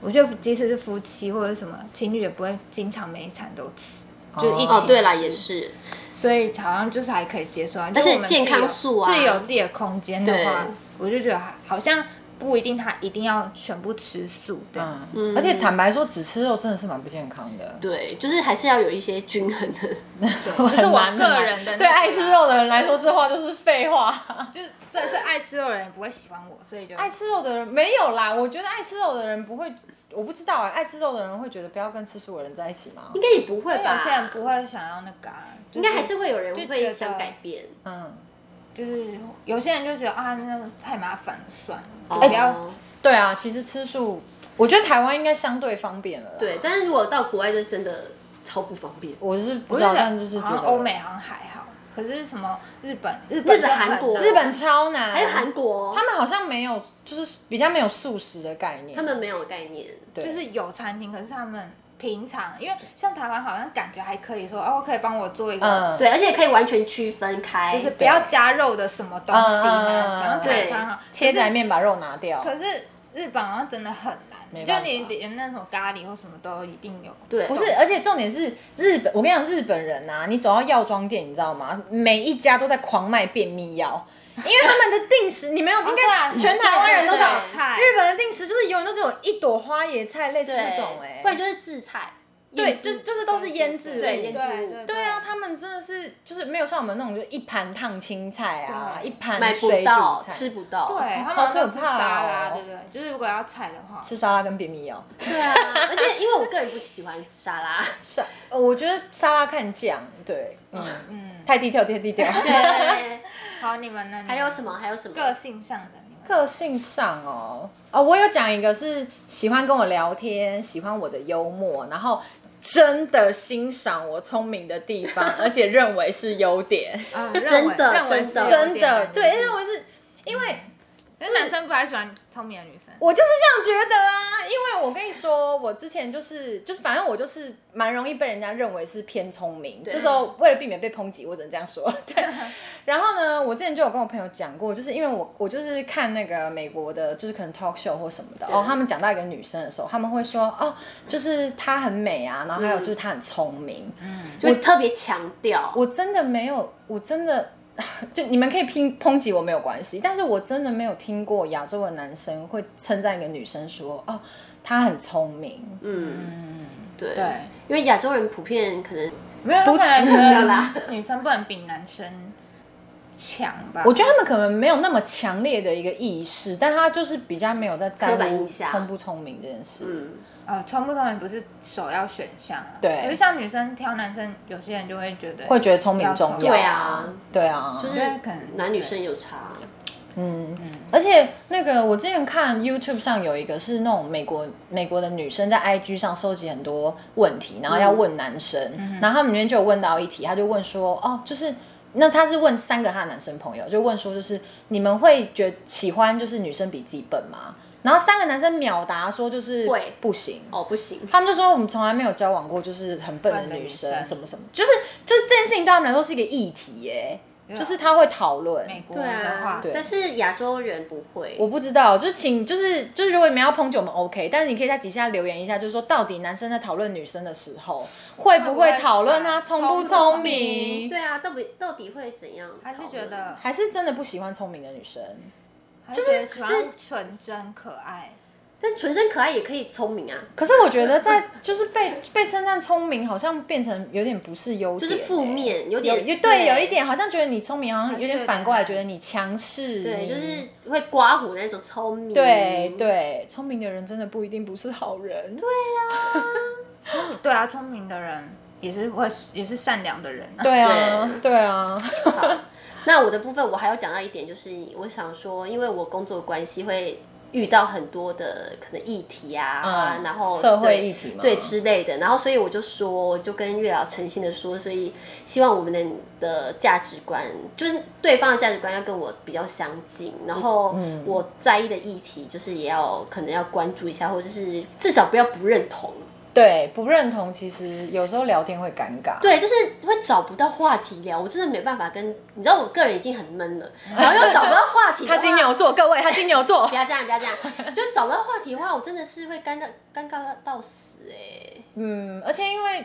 Speaker 1: 我觉得即使是夫妻或者什么情侣，也不会经常每一餐都吃，就一起
Speaker 3: 哦，对啦，
Speaker 1: 吃
Speaker 3: 也是，
Speaker 1: 所以好像就是还可以接受啊，
Speaker 3: 而且
Speaker 1: 就是我们自己有
Speaker 3: 健康素啊
Speaker 1: 自己有自己的空间的话
Speaker 3: 对，
Speaker 1: 我就觉得还好像不一定他一定要全部吃素这样。
Speaker 2: 嗯，而且坦白说，只吃肉真的是蛮不健康的。
Speaker 3: 对，就是还是要有一些均衡 的。
Speaker 1: 这是我个人的那个啦
Speaker 2: 对爱吃肉的人来说，这话就是废话。
Speaker 1: 就是对，是爱吃肉的人也不会喜欢我，所以就
Speaker 2: 爱吃肉的人没有啦，我觉得爱吃肉的人不会，我不知道哎、爱吃肉的人会觉得不要跟吃素的人在一起吗
Speaker 3: 应？该也不会
Speaker 1: 因为
Speaker 3: 吧？
Speaker 1: 有些人啊不，会想要那个、啊，就是
Speaker 3: 应该还是会有人
Speaker 1: 就觉
Speaker 3: 会
Speaker 1: 得
Speaker 3: 想改变。
Speaker 2: 嗯，
Speaker 1: 就是有些人就觉得啊，那太麻烦了，算了，
Speaker 3: 哦
Speaker 1: 哎就不要。
Speaker 2: 对啊，其实吃素，我觉得台湾应该相对方便了啦。
Speaker 3: 对，，但是如果到国外，就真的超不方便。
Speaker 2: 我是不
Speaker 1: 我
Speaker 2: 知
Speaker 1: 就
Speaker 2: 道，
Speaker 1: 觉
Speaker 2: 但就是
Speaker 1: 得
Speaker 2: 觉
Speaker 1: 好像
Speaker 2: 得
Speaker 1: 欧美好像还好，可是什么日本、日
Speaker 3: 日
Speaker 1: 本、
Speaker 3: 本韩国
Speaker 2: 日本超难，
Speaker 3: 还有韩国，哦
Speaker 2: 他们好像没有，就是比较没有素食的概念。
Speaker 3: 他们没有概念。
Speaker 2: 对
Speaker 1: 就是有餐厅，可是他们平常因为像台湾好像感觉还可以说哦，可以帮我做一个，
Speaker 2: 嗯，
Speaker 3: 对，而且可以完全区分开，
Speaker 1: 就是不要加肉的什么东西
Speaker 2: 哎嗯嗯嗯
Speaker 1: 嘛，然后台
Speaker 3: 对
Speaker 1: 湾好
Speaker 2: 切仔面把肉拿掉。
Speaker 1: 可是日本好像真的很
Speaker 2: 没
Speaker 1: 难，就
Speaker 2: 办法哦
Speaker 1: 你连那什么咖喱或什么都一定有。
Speaker 3: 对，
Speaker 2: 不是，而且重点是日本，我跟你讲，日本人呐、啊，你走到药妆店，你知道吗？每一家都在狂卖便秘药，因为他们的定时， 你没有应
Speaker 1: 对啊
Speaker 2: 该全台湾人都
Speaker 3: 哦对
Speaker 2: 少
Speaker 3: 对对啊
Speaker 1: 菜
Speaker 2: 日本的定时就是永远都只有一朵花野菜，类似
Speaker 3: 对
Speaker 2: 这种哎、
Speaker 3: 不然就是自菜，
Speaker 2: 对
Speaker 3: 腌制
Speaker 2: 就就是都是腌制物
Speaker 3: 对腌制
Speaker 1: 对
Speaker 3: 物
Speaker 1: 对
Speaker 2: 对啊，他们真的是就是没有像我们那种，就一盘烫青菜啊，
Speaker 1: 对
Speaker 2: 一盘
Speaker 3: 买不
Speaker 2: 水煮
Speaker 3: 到，
Speaker 2: 菜，
Speaker 3: 吃不到，
Speaker 1: 对，他
Speaker 2: 好
Speaker 1: 们都
Speaker 2: 可
Speaker 1: 吃沙
Speaker 2: 怕
Speaker 1: 拉，
Speaker 2: 哦
Speaker 1: 对不对？就是如果要菜的话，
Speaker 2: 吃沙拉跟便秘药。
Speaker 3: 对啊，而且因为我个人不喜欢 沙拉，
Speaker 2: 沙，呃我觉得沙拉看酱，对，嗯，
Speaker 1: 嗯，
Speaker 2: 太低调，太 低调。
Speaker 3: 对，
Speaker 1: 好，你们呢？
Speaker 3: 还有什
Speaker 1: 么
Speaker 3: 么？还有什么？
Speaker 1: 个性上的？你们
Speaker 2: 个性上哦，哦，我有讲一个是喜欢跟我聊天，喜欢我的幽默，然后真的欣赏我聪明的地方，而且认为是优点，
Speaker 1: 啊，
Speaker 3: 真的
Speaker 1: 认为是
Speaker 3: 真的
Speaker 1: 有
Speaker 2: 真
Speaker 1: 点
Speaker 2: 的
Speaker 1: 感觉
Speaker 2: 对，认为是因为
Speaker 1: 可是男生不太喜欢聪明的女生。
Speaker 2: 我就是这样觉得啊，因为我跟你说，我之前就是就是，反正我就是蛮容易被人家认为是偏聪明。
Speaker 3: 对
Speaker 2: 这时候为了避免被抨击，我只能这样说。 对，然后呢，我之前就有跟我朋友讲过，就是因为我我就是看那个美国的，就是可能 talk show 或什么的，
Speaker 3: 对
Speaker 2: 哦，他们讲到一个女生的时候，他们会说哦，就是她很美啊，然后
Speaker 3: 嗯
Speaker 2: 还有就是她很聪明。
Speaker 3: 就会特别强调，
Speaker 2: 我真的没有，我真的。 就你们可以抨抨击我没有关系，但是我真的没有听过亚洲的男生会称赞一个女生说：“哦，她很聪明。
Speaker 3: 嗯，对
Speaker 1: 对，
Speaker 3: 因为亚洲人普遍可能
Speaker 1: 没有，不可能，
Speaker 3: 没
Speaker 1: 可
Speaker 3: 有啦
Speaker 1: 能女生不能比男生强吧？
Speaker 2: 我觉得他们可能没有那么强烈的一个意识，但他就是比较没有在在
Speaker 3: 刻板
Speaker 2: 乎
Speaker 3: 印象
Speaker 2: 聪不聪明这件事。
Speaker 3: 嗯，
Speaker 1: 呃，聪不聪明不是首要选项啊。
Speaker 2: 对
Speaker 1: 可是像女生挑男生，有些人就会觉得
Speaker 2: 会觉得聪明重要。
Speaker 3: 对啊，
Speaker 2: 对啊，
Speaker 3: 就
Speaker 1: 对可能
Speaker 3: 是男女生有差，
Speaker 2: 嗯，而且那个我之前看 YouTube 上有一个是那种美国美国的女生在 IG 上收集很多问题，然后要问男生，
Speaker 1: 嗯
Speaker 2: 然后他们里面就有问到一题，他就问说，哦，就是。那他是问三个他的男生朋友，就问说，就是你们会觉喜欢就是女生比自己笨吗？然后三个男生秒答说就是
Speaker 3: 会
Speaker 2: 不行，
Speaker 3: 哦，不行，
Speaker 2: 他们就说我们从来没有交往过就是很笨
Speaker 1: 笨
Speaker 2: 的
Speaker 1: 的
Speaker 2: 女
Speaker 1: 女
Speaker 2: 生，
Speaker 1: 生
Speaker 2: 什么什么，就是就是这件事情对他们来说是一个议题耶、
Speaker 1: 啊
Speaker 2: 就是他会讨论。
Speaker 1: 美国
Speaker 3: 对
Speaker 1: 的
Speaker 3: 啊
Speaker 1: 话，，
Speaker 2: 对
Speaker 3: 但是亚洲人不会，
Speaker 2: 我不知道，就是请就是就是，如果你们要抨击我们 OK，但是你可以在底下留言一下，就是说到底男生在讨论女生的时候，会不会讨论她聪不聪明？
Speaker 3: 对啊，到底到底会怎样讨论？
Speaker 1: 还是觉得
Speaker 2: 还是真的不喜欢聪明的女生？
Speaker 1: 就是喜欢纯真可爱。
Speaker 3: 但纯真可爱也可以聪明啊，
Speaker 2: 可是我觉得 在就是被被称赞聪明，好像变成有点不是优
Speaker 3: 就
Speaker 2: 点欸、
Speaker 3: 是负面，有
Speaker 2: 有
Speaker 3: 点
Speaker 2: 有对有一点好像觉得你聪明，好像有
Speaker 1: 还是
Speaker 2: 点
Speaker 1: 有
Speaker 2: 反过来
Speaker 1: 点
Speaker 2: 觉得你强势，
Speaker 3: 啊对，
Speaker 2: 你
Speaker 3: 就是会刮胡那种聪
Speaker 2: 嗯
Speaker 3: 明，
Speaker 2: 对对，聪明的人真的不一定不是好人，
Speaker 3: 啊
Speaker 2: 对
Speaker 1: 对啊，聪明的人也是会也是善良的人啊。
Speaker 2: 对啊对啊，
Speaker 3: 那我的部分，我还要讲到一点，就是我想说，因为我工作的关系会遇到很多的可能议题啊，
Speaker 2: 嗯
Speaker 3: 然后
Speaker 2: 社会
Speaker 3: 对
Speaker 2: 议题嘛
Speaker 3: 对之类的，然后所以我就说，我就跟月老诚心的说，所以希望我们的的价值观，就是对方的价值观要跟我比较相近，然后
Speaker 2: 嗯
Speaker 3: 我在意的议题，就是也要可能要关注一下，或者是至少不要不认同。
Speaker 2: 对不认同，其实有时候聊天会尴尬，
Speaker 3: 对，就是会找不到话题聊，我真的没办法跟你知道，我个人已经很闷了，然后又找不到话题的话。
Speaker 2: 他金牛座，各位，他金牛座
Speaker 3: 不，要这样，不要这样，就找不到话题的话，我真的是会尴尬尴尬到死哎、
Speaker 2: 嗯，而且因为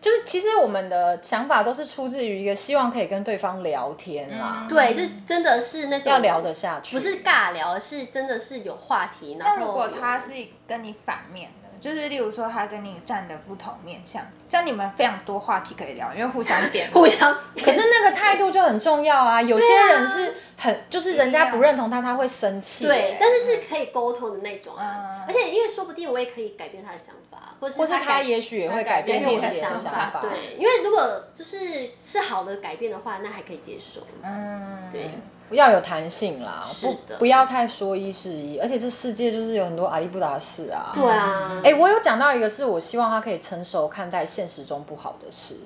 Speaker 2: 就是其实我们的想法都是出自于一个希望可以跟对方聊天啦，
Speaker 3: 对，就是真的是那种
Speaker 2: 要聊得下去，
Speaker 3: 不是尬聊，而是真的是有话题。然
Speaker 1: 那
Speaker 3: 后。
Speaker 1: 如果他是跟你反面的，就是例如说他跟你站的不同面向，这样你们非常多话题可以聊，因为互相点
Speaker 3: 互相，
Speaker 2: 可是那个态度就很重要啊！有些人是很，就是人家不
Speaker 1: 对啊
Speaker 2: 认同他，他会生气欸。
Speaker 3: 对，但是是可以沟通的那种啊
Speaker 1: 嗯。
Speaker 3: 而且因为说不定我也可以改变他的想法，或是
Speaker 2: 或是
Speaker 3: 改
Speaker 2: 他也许也会
Speaker 1: 改
Speaker 2: 改
Speaker 1: 变
Speaker 2: 变
Speaker 1: 你
Speaker 2: 你
Speaker 1: 的
Speaker 2: 的
Speaker 1: 想
Speaker 2: 想
Speaker 1: 法
Speaker 2: 法。
Speaker 3: 对，因为如果就是是好的改变的话，那还可以接受。
Speaker 1: 嗯，
Speaker 3: 对，
Speaker 2: 要有弹性啦，
Speaker 3: 是
Speaker 2: 不
Speaker 3: 的
Speaker 2: 不要太说一是一，而且这世界就是有很多阿里不达事啊。
Speaker 3: 对啊，
Speaker 2: 哎、我有讲到一个是我希望他可以成熟看待现实中不好的事，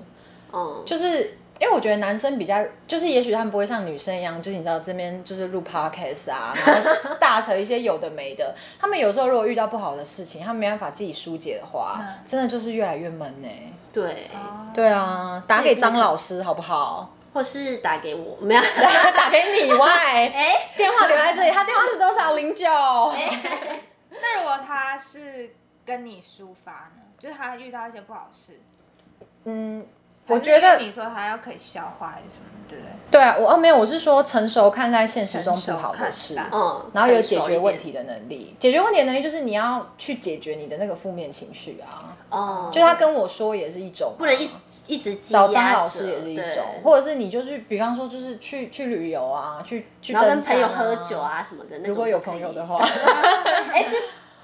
Speaker 2: 哦
Speaker 3: 嗯，
Speaker 2: 就是因为我觉得男生比较，就是也许他们不会像女生一样，就是你知道这边就是录 podcast 啊，然后大扯一些有的没的。他们有时候如果遇到不好的事情，他们没办法自己疏解的话，
Speaker 1: 嗯
Speaker 2: 真的就是越来越闷呢、
Speaker 3: 哎对，
Speaker 1: 哦
Speaker 2: 对啊，打给张老师好不好？
Speaker 3: 或是打给我，没有，
Speaker 2: 打给你外，
Speaker 3: 哎，
Speaker 2: 电话留在这里，他电话是多少？零九。
Speaker 1: 哎
Speaker 2: 哎
Speaker 1: 那如果他是跟你抒发呢？就是他遇到一些不好的事，
Speaker 2: 嗯，我觉得
Speaker 1: 还是因为你说他要可以消化还是什么，对不对？
Speaker 2: 对啊，我哦没有，我是说成熟看待现实中不好
Speaker 1: 成熟看
Speaker 2: 的事，
Speaker 1: 待
Speaker 3: 嗯，
Speaker 2: 哦然后有
Speaker 3: 成
Speaker 2: 解
Speaker 3: 熟一
Speaker 2: 决
Speaker 3: 点
Speaker 2: 问题的能力。解决问题的能力就是你要去解决你的那个负面情绪啊，
Speaker 3: 哦，
Speaker 2: 就他跟我说也是一种啊，
Speaker 3: 不能一直一直积
Speaker 2: 找
Speaker 3: 压
Speaker 2: 张老
Speaker 3: 着
Speaker 2: 师也是一
Speaker 3: 对
Speaker 2: 种，或者是你就去，比方说就是去去旅游啊，去去
Speaker 3: 然后跟
Speaker 2: 登山
Speaker 3: 朋友喝酒，啊什么的，那
Speaker 2: 如
Speaker 3: 种
Speaker 2: 果
Speaker 3: 都
Speaker 2: 有
Speaker 3: 可
Speaker 2: 朋
Speaker 3: 以
Speaker 2: 友的，话。
Speaker 3: 哎，是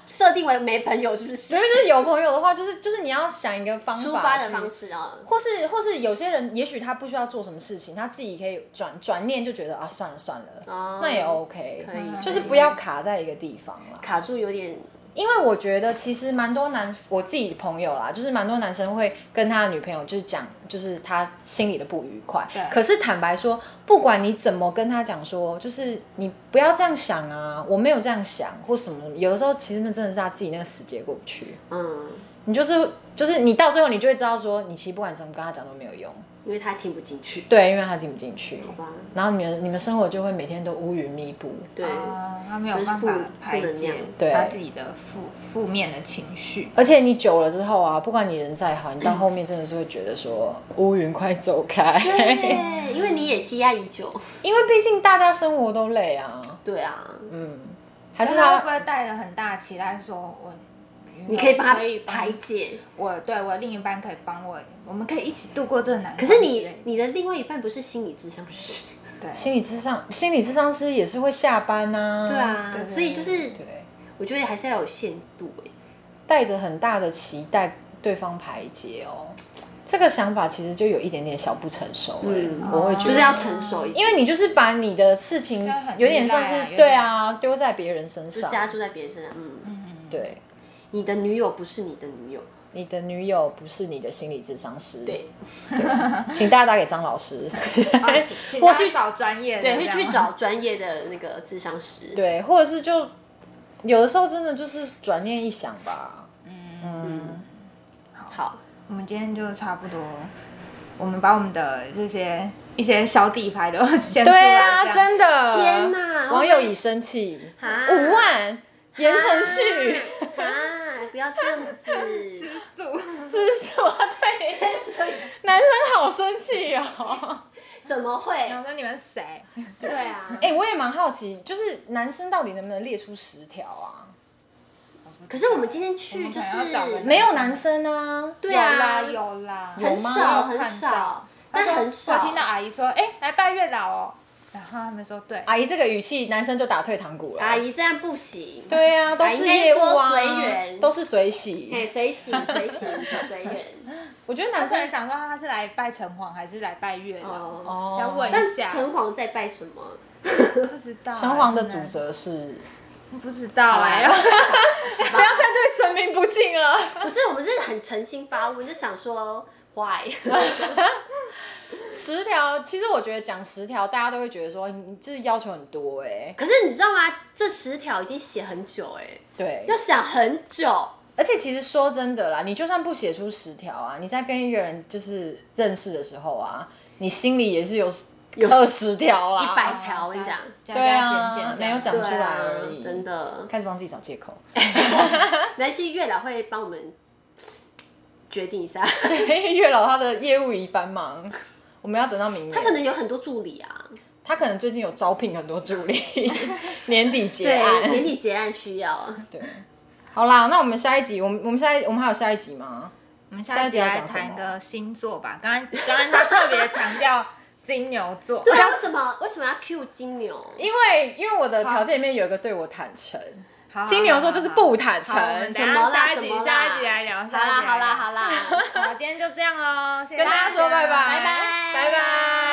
Speaker 3: 设定为没朋友是
Speaker 2: 所
Speaker 3: 不是
Speaker 2: 以？就是有朋友的话，就是就是你要想一个方法
Speaker 3: 抒发的
Speaker 2: 去
Speaker 3: 方式啊，
Speaker 2: 或是或是有些人，也许他不需要做什么事情，他自己可以转转念就觉得啊，算了算了，
Speaker 3: 哦
Speaker 2: 那也 OK，
Speaker 3: 可以
Speaker 2: 就是不要卡在一个地方啊啦。
Speaker 3: 卡住有点
Speaker 2: 因为我觉得其实蛮多男，我自己朋友啦，就是蛮多男生会跟他的女朋友就是讲，就是他心里的不愉快
Speaker 1: 对。
Speaker 2: 可是坦白说，不管你怎么跟他讲说，就是你不要这样想啊，我没有这样想或什么什么，有的时候其实那真的是他自己那个死结过不去。
Speaker 3: 嗯，
Speaker 2: 你就是就是你到最后你就会知道说，你其实不管怎么跟他讲都没有用，
Speaker 3: 因为他听不进去，
Speaker 2: 对，因为他听不进去，
Speaker 3: 好吧？
Speaker 2: 然后你们你们生活就会每天都乌云密布。
Speaker 3: 对，
Speaker 2: 啊
Speaker 1: 哦他没有
Speaker 3: 就是
Speaker 1: 办
Speaker 3: 负
Speaker 1: 法
Speaker 3: 负
Speaker 1: 排
Speaker 3: 能
Speaker 1: 解
Speaker 3: 量
Speaker 2: 对
Speaker 1: 他自己的负负面的情绪。
Speaker 2: 而且你久了之后啊，不管你人再好，你到后面真的是会觉得说乌云快走开，
Speaker 3: 对，因为你也积压已久，
Speaker 2: 因为毕竟大家生活都累啊，
Speaker 3: 对啊，
Speaker 2: 嗯，还是
Speaker 1: 他会不
Speaker 2: 他
Speaker 1: 会带着很大的期待说，我
Speaker 3: 你可以帮他
Speaker 1: 可以帮
Speaker 3: 排解，
Speaker 1: 我对我另一半可以帮我，我们可以一起度过这个难关
Speaker 3: 可
Speaker 1: 之类
Speaker 3: 是
Speaker 1: 的。
Speaker 3: 你你的另外一半不是心理咨商师，
Speaker 1: 对
Speaker 2: 心理智商心理智商师也是会下班呐、
Speaker 3: 对啊，
Speaker 1: 对
Speaker 3: 所以就是
Speaker 2: 对，
Speaker 3: 我觉得还是要有限度哎，
Speaker 2: 带着很大的期待对方排解哦，这个想法其实就有一点点小不成熟哎、
Speaker 3: 嗯
Speaker 2: 我会
Speaker 1: 哦
Speaker 2: 觉
Speaker 3: 就
Speaker 2: 得
Speaker 3: 是要成熟一点，
Speaker 2: 因为你就是把你的事情
Speaker 1: 就很
Speaker 2: 有点像
Speaker 1: 依赖啊
Speaker 2: 是
Speaker 1: 有点
Speaker 2: 对啊丢在别人身
Speaker 3: 就
Speaker 2: 上，
Speaker 3: 加注在别人身上，嗯，
Speaker 1: 嗯，
Speaker 2: 对，
Speaker 3: 你的女友不是你的女友，
Speaker 2: 你的女友不是你的心理智商师，
Speaker 3: 对，
Speaker 2: 请大家打给张老师，
Speaker 1: 啊请
Speaker 2: 我
Speaker 1: 他
Speaker 2: 去
Speaker 1: 找专业的，
Speaker 3: 对，
Speaker 1: 这
Speaker 3: 会
Speaker 1: 样
Speaker 3: 去找专业的那个咨商师，
Speaker 2: 对，或者是就有的时候真的就是转念一想吧，
Speaker 3: 嗯，好，
Speaker 1: 我们今天就差不多，我们把我们的这些一些小底牌都 先出
Speaker 2: 对
Speaker 1: 来
Speaker 2: 啊，
Speaker 1: 这样
Speaker 2: 真的，
Speaker 3: 天哪
Speaker 2: 网友已生气，
Speaker 3: 啊
Speaker 2: 五万言承旭，
Speaker 3: 啊，不要这样子，
Speaker 1: 吃素。
Speaker 2: 这是什么？对，男生好生气哦。
Speaker 3: 怎么会？
Speaker 1: 想说你们谁？
Speaker 3: 对啊，
Speaker 2: 哎、我也蛮好奇，就是男生到底能不能列出十条啊？
Speaker 3: 可是我们今天去
Speaker 1: 我们
Speaker 3: 就
Speaker 1: 可能要找
Speaker 3: 是
Speaker 1: 人
Speaker 2: 没有男生啊，
Speaker 3: 对啊，
Speaker 1: 有啦有啦，
Speaker 2: 有
Speaker 3: 很
Speaker 2: 吗
Speaker 3: 少
Speaker 1: 我有
Speaker 3: 很
Speaker 1: 看
Speaker 3: 少
Speaker 1: 到，
Speaker 3: 但
Speaker 1: 说
Speaker 3: 很
Speaker 1: 我
Speaker 3: 少。
Speaker 1: 听到阿姨说，哎、来拜月老哦，然后他们说对，
Speaker 3: 啊
Speaker 2: 阿姨这个语气，男生就打退堂鼓了。
Speaker 3: 阿姨这样不行，
Speaker 2: 对呀、都
Speaker 3: 应
Speaker 2: 是
Speaker 3: 该
Speaker 2: 业务啊，
Speaker 3: 说随缘
Speaker 2: 都是随
Speaker 3: 哎，
Speaker 2: 喜。
Speaker 3: 随喜随喜随 缘。
Speaker 2: 我觉得
Speaker 1: 他
Speaker 2: 男
Speaker 1: 可能
Speaker 2: 生
Speaker 1: 想说他是来拜城隍还是来拜月老，
Speaker 3: 哦，
Speaker 2: 哦，
Speaker 1: 要问
Speaker 3: 但
Speaker 1: 一下，
Speaker 3: 城隍在拜什么？
Speaker 1: 不知道啊
Speaker 2: 城隍哎的
Speaker 1: 可能
Speaker 2: 主责是
Speaker 1: 不知道哎、
Speaker 3: 好啊
Speaker 2: 不要再对神明不敬了。
Speaker 3: 不是，我们是很诚心发问，就想说 why？
Speaker 2: 十条，其实我觉得讲十条，大家都会觉得说你就是要求很多哎、
Speaker 3: 可是你知道吗？这十条已经写很久哎，
Speaker 2: 对
Speaker 3: 要，想很久。
Speaker 2: 而且其实说真的啦，你就算不写出十条啊，你在跟一个人就是认识的时候啊，你心里也是有
Speaker 3: 有
Speaker 2: 二十条啊啦，
Speaker 3: 一百条我跟你讲
Speaker 1: 加
Speaker 2: 对
Speaker 1: 加
Speaker 2: 啊
Speaker 1: 减减这样
Speaker 2: 没有讲
Speaker 3: 对
Speaker 2: 出来
Speaker 3: 啊
Speaker 2: 而已，
Speaker 3: 真的。
Speaker 2: 开始帮自己找借口。
Speaker 3: 没关系，月老会帮我们决定一下，
Speaker 2: 对，月老他的业务已繁忙，我们要等到明年。
Speaker 3: 他可能有很多助理啊，
Speaker 2: 他可能最近有招聘很多助理， 年底结
Speaker 3: 对，啊年
Speaker 2: 案。
Speaker 3: 底结案需要。
Speaker 2: 对，好啦，那我们下一集，我们我们下一我们还有下一集吗？
Speaker 1: 我们下一集
Speaker 2: 下一集
Speaker 1: 来
Speaker 2: 要讲什么
Speaker 1: 谈个星座吧。刚刚刚刚他特别强调金牛 座，
Speaker 3: 对啊，为什么为什么要 Q 金牛？
Speaker 2: 因为因为我的条件里面有一个对我坦诚，
Speaker 1: 好
Speaker 2: 金牛座就是不坦
Speaker 1: 好好好我们
Speaker 2: 诚。
Speaker 1: 等
Speaker 3: 什么
Speaker 1: 一
Speaker 3: 啦
Speaker 1: 下下一
Speaker 3: 什
Speaker 1: 集
Speaker 3: 么啦
Speaker 1: 下一集来聊。下
Speaker 3: 好
Speaker 1: 一集
Speaker 3: 啦
Speaker 1: 来
Speaker 3: 好啦
Speaker 1: 聊
Speaker 3: 好啦，
Speaker 1: 好，今天就这样喽，谢谢
Speaker 2: 跟大家说拜拜，
Speaker 3: 拜拜
Speaker 2: 拜拜。